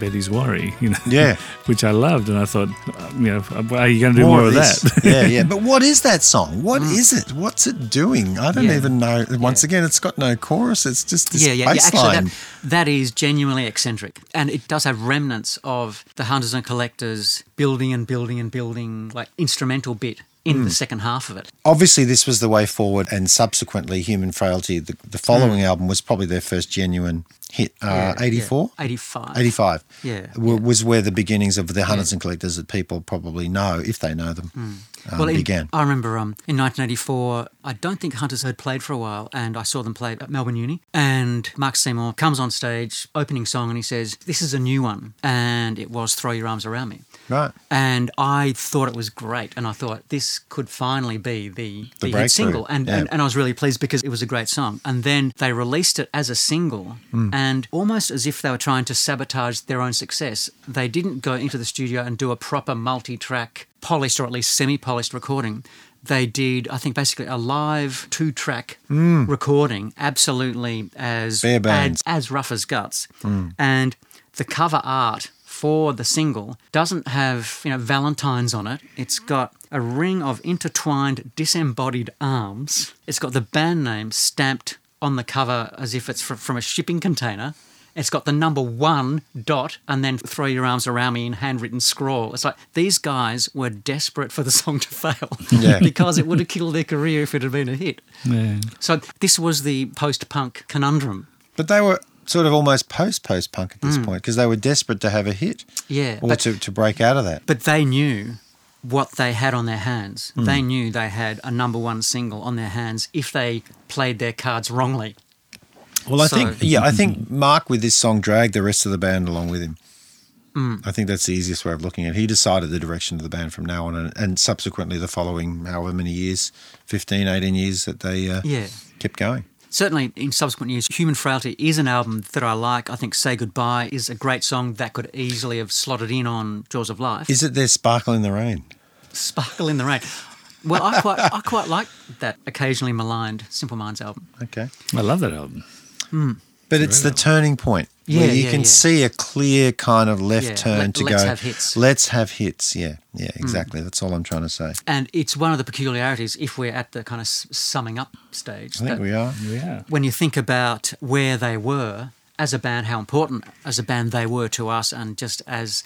Speaker 1: Betty's Worry, you know,
Speaker 3: Yeah.
Speaker 1: [LAUGHS] which I loved, and I thought, uh, you know, are you going to do
Speaker 3: More
Speaker 1: more, of
Speaker 3: of this.
Speaker 1: that? [LAUGHS]
Speaker 2: [LAUGHS]
Speaker 3: yeah, yeah. But what is that song? What is it? What's it doing? I don't
Speaker 2: Mm. Yeah.
Speaker 3: even know. Once again, it's got no chorus. It's just this
Speaker 2: yeah, yeah, yeah.
Speaker 3: bass
Speaker 2: Actually,
Speaker 3: line.
Speaker 2: that, that is genuinely eccentric, and it does have remnants of the hunters and collectors building and building and building, like instrumental bit in
Speaker 3: Mm.
Speaker 2: the second half of it.
Speaker 3: Obviously, this
Speaker 2: Mm.
Speaker 3: was the way forward, and subsequently, Human Frailty, the, the following album, was probably their first genuine hit, uh, 84?
Speaker 2: 85.
Speaker 3: 85
Speaker 2: Yeah,
Speaker 3: w- was where the beginnings of the hunters and collectors that people probably know if they know them um,
Speaker 2: Mm. in-
Speaker 3: began
Speaker 2: I remember um, in 1984, I don't think Hunters had played for a while, and I saw them play at Melbourne Uni. And Mark Seymour comes on stage, opening song, and he says, This is a new one. And it was Throw Your Arms Around Me.
Speaker 3: right
Speaker 2: And I thought it was great. And I thought this could finally be the, the,
Speaker 3: breakthrough,
Speaker 2: hit single. And,
Speaker 3: yeah.
Speaker 2: and, and I was really pleased because it was a great song. And then they released it as a single.
Speaker 3: Hmm.
Speaker 2: And almost as if they were trying to sabotage their own success, they didn't go into the studio and do a proper multi track, polished or at least semi polished recording. They did, I think, basically a live two track recording, absolutely as
Speaker 3: Hmm. Bare bones.
Speaker 2: as rough as guts.
Speaker 3: Hmm.
Speaker 2: And the cover art for the single doesn't have, you know, Valentine's on it. It's got a ring of intertwined disembodied arms. It's got the band name stamped on the cover as if it's fr- from a shipping container. It's got the number one dot and then throw your arms around me in handwritten scrawl. It's like these guys were desperate for the song to fail
Speaker 3: [LAUGHS]
Speaker 2: [LAUGHS]
Speaker 3: Yeah.
Speaker 2: because it would have killed their career if it had been a hit.
Speaker 1: Yeah.
Speaker 2: So this was the post-punk conundrum.
Speaker 3: but they were sort of almost post post punk at this point because they were desperate to have a hit
Speaker 2: Mm. Yeah,
Speaker 3: or
Speaker 2: but-
Speaker 3: to, to break out of that
Speaker 2: But they knew what they had on their hands.
Speaker 3: Hmm.
Speaker 2: They knew they had a number one single on their hands if they played their cards wrongly.
Speaker 3: well i
Speaker 2: so-
Speaker 3: think yeah i
Speaker 2: [LAUGHS]
Speaker 3: think mark with this song dragged the rest of the band along with him
Speaker 2: Hmm.
Speaker 3: I think that's the easiest way of looking at it. He decided the direction of the band from now on and, and subsequently the following however many years, 15, 18 years that they uh,
Speaker 2: Yeah.
Speaker 3: kept going.
Speaker 2: Certainly, in subsequent years, Human Frailty is an album that I like. I think Say Goodbye is a great song that could easily have slotted in on Jaws of Life.
Speaker 3: Is it their Sparkle in the Rain?
Speaker 2: Sparkle in the Rain. Well, I quite, I quite like that occasionally maligned Simple Minds album.
Speaker 3: Okay.
Speaker 1: I love that album.
Speaker 3: But it's the turning point
Speaker 2: Yeah,
Speaker 3: where you
Speaker 2: yeah,
Speaker 3: can
Speaker 2: yeah.
Speaker 3: see a clear kind of left
Speaker 2: Yeah,
Speaker 3: turn
Speaker 2: let-
Speaker 3: to
Speaker 2: let's
Speaker 3: go.
Speaker 2: have hits. Hmm.
Speaker 3: Let's have hits. Yeah, yeah, exactly. That's all I'm trying to say.
Speaker 2: And it's one of the peculiarities if we're at the kind of s- summing up stage.
Speaker 3: I think
Speaker 2: that-
Speaker 3: we are.
Speaker 1: Yeah.
Speaker 2: when you think about where they were as a band, how important as a band they were to us, and just as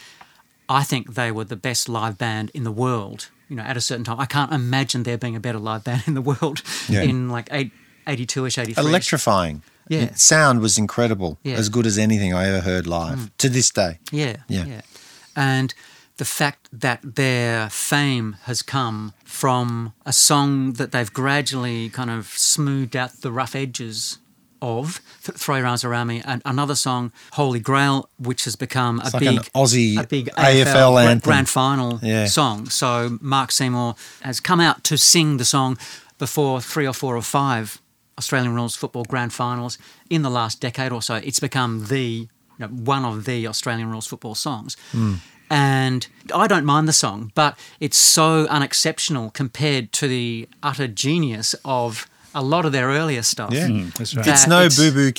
Speaker 2: I think they were the best live band in the world, you know, at a certain time. I can't imagine there being a better live band in the world
Speaker 3: Yeah.
Speaker 2: in like eight, 82 ish, 83.
Speaker 3: Electrifying.
Speaker 2: Yeah.
Speaker 3: It- sound was incredible.
Speaker 2: Yeah. Mm.
Speaker 3: As good as anything I ever heard live to this day.
Speaker 2: Yeah,
Speaker 3: Yeah.
Speaker 2: yeah. And the fact that their fame has come from a song that they've gradually kind of smoothed out the rough edges of, Th- Throw Your Arms Around Me, and another song, Holy Grail, which has become a
Speaker 3: like
Speaker 2: big
Speaker 3: an Aussie
Speaker 2: a big
Speaker 3: AFL
Speaker 2: AFL, gra-
Speaker 3: anthem.
Speaker 2: grand final
Speaker 3: Yeah.
Speaker 2: song. So Mark Seymour has come out to sing the song before three or four or five Australian rules football grand finals in the last decade or so. It's become the you know, one of the Australian rules football songs.
Speaker 3: Hmm.
Speaker 2: And I don't mind the song, but it's so unexceptional compared to the utter genius of a lot of their earlier stuff.
Speaker 3: Yeah. Hmm. Mm.
Speaker 1: That's right.
Speaker 2: That-
Speaker 3: It's no
Speaker 2: uh, it's-
Speaker 3: boo boo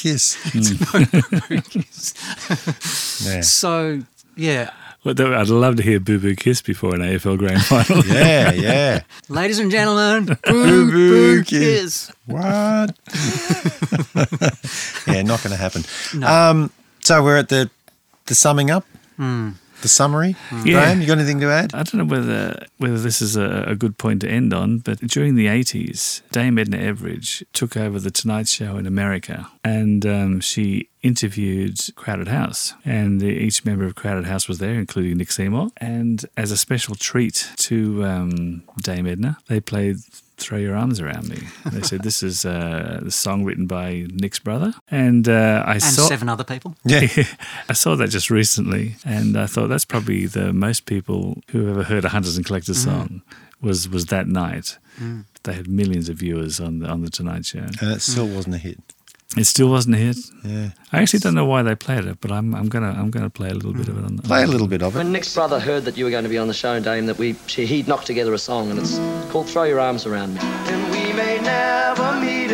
Speaker 2: [LAUGHS]
Speaker 3: kiss. yeah.
Speaker 2: So yeah,
Speaker 1: Well, though, I'd love to hear Boo Boo Kiss before an AFL grand final.
Speaker 3: Yeah, yeah.
Speaker 2: ladies and
Speaker 3: [LAUGHS]
Speaker 2: gentlemen,
Speaker 3: boo boo
Speaker 2: kiss.
Speaker 3: kiss.
Speaker 2: [LAUGHS]
Speaker 3: What? yeah, not going to happen.
Speaker 2: No.
Speaker 3: Um, so we're at the the summing up,
Speaker 2: Mm.
Speaker 3: the summary.
Speaker 1: Yeah.
Speaker 3: Graham, you got anything to add?
Speaker 1: I don't know whether whether this is a, a good point to end on, but during the 80s, Dame Edna Everidge took over The Tonight Show in America and um, she interviewed Crowded House. And each member of Crowded House was there, including Nick Seymour. And as a special treat to um, Dame Edna, they played Throw Your Arms Around Me. They said, This is uh, the song written by Nick's brother. And uh, I
Speaker 2: and
Speaker 1: saw.
Speaker 2: seven other people.
Speaker 3: Yeah.
Speaker 1: [LAUGHS] I saw that just recently, and I thought that's probably the most people who ever heard a Hunters and Collectors
Speaker 3: Mm-hmm.
Speaker 1: song was was that night.
Speaker 3: Mm.
Speaker 1: They had millions of viewers on the on the Tonight Show.
Speaker 3: And Uh, it still
Speaker 2: Mm.
Speaker 3: wasn't a hit.
Speaker 1: It still wasn't a hit.
Speaker 3: Yeah.
Speaker 1: I actually don't know why they played it, but I'm I'm gonna I'm gonna play a little bit of it on the
Speaker 3: Play a little bit of it.
Speaker 6: When Nick's brother heard that you were going to be on the show, Dame, that we she, he'd knocked together a song, and it's called "Throw Your Arms Around Me."
Speaker 4: And we may never meet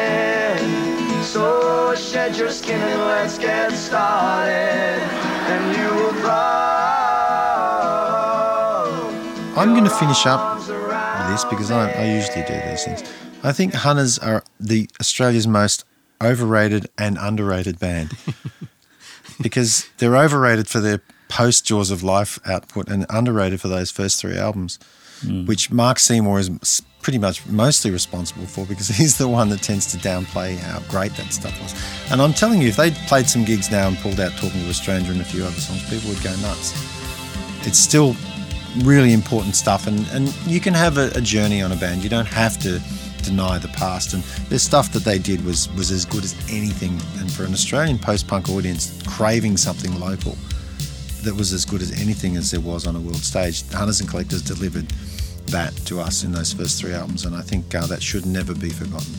Speaker 4: again. So shed your skin and let's get started. And you will throw
Speaker 3: I'm going to finish up
Speaker 4: arms around.
Speaker 3: this because I, I usually do these things. I think Hunters are the Australia's most overrated and underrated band because they're overrated for their post Jaws of Life output and underrated for those first three albums, which Mark Seymour is s- pretty much mostly responsible for because [LAUGHS] he's the one that tends to downplay how great that stuff was. And I'm telling you, if they'd played some gigs now and pulled out Talking to a Stranger and a few other songs, people would go nuts. It's still really important stuff, and, and you can have a, a journey on a band. You don't have to deny the past. And there's stuff that they did was, was as good as anything. And for an Australian post punk audience craving something local, that was as good as anything as there was on a world stage. Hunters and Collectors delivered that to us in those first three albums, and I think uh, that should never be forgotten.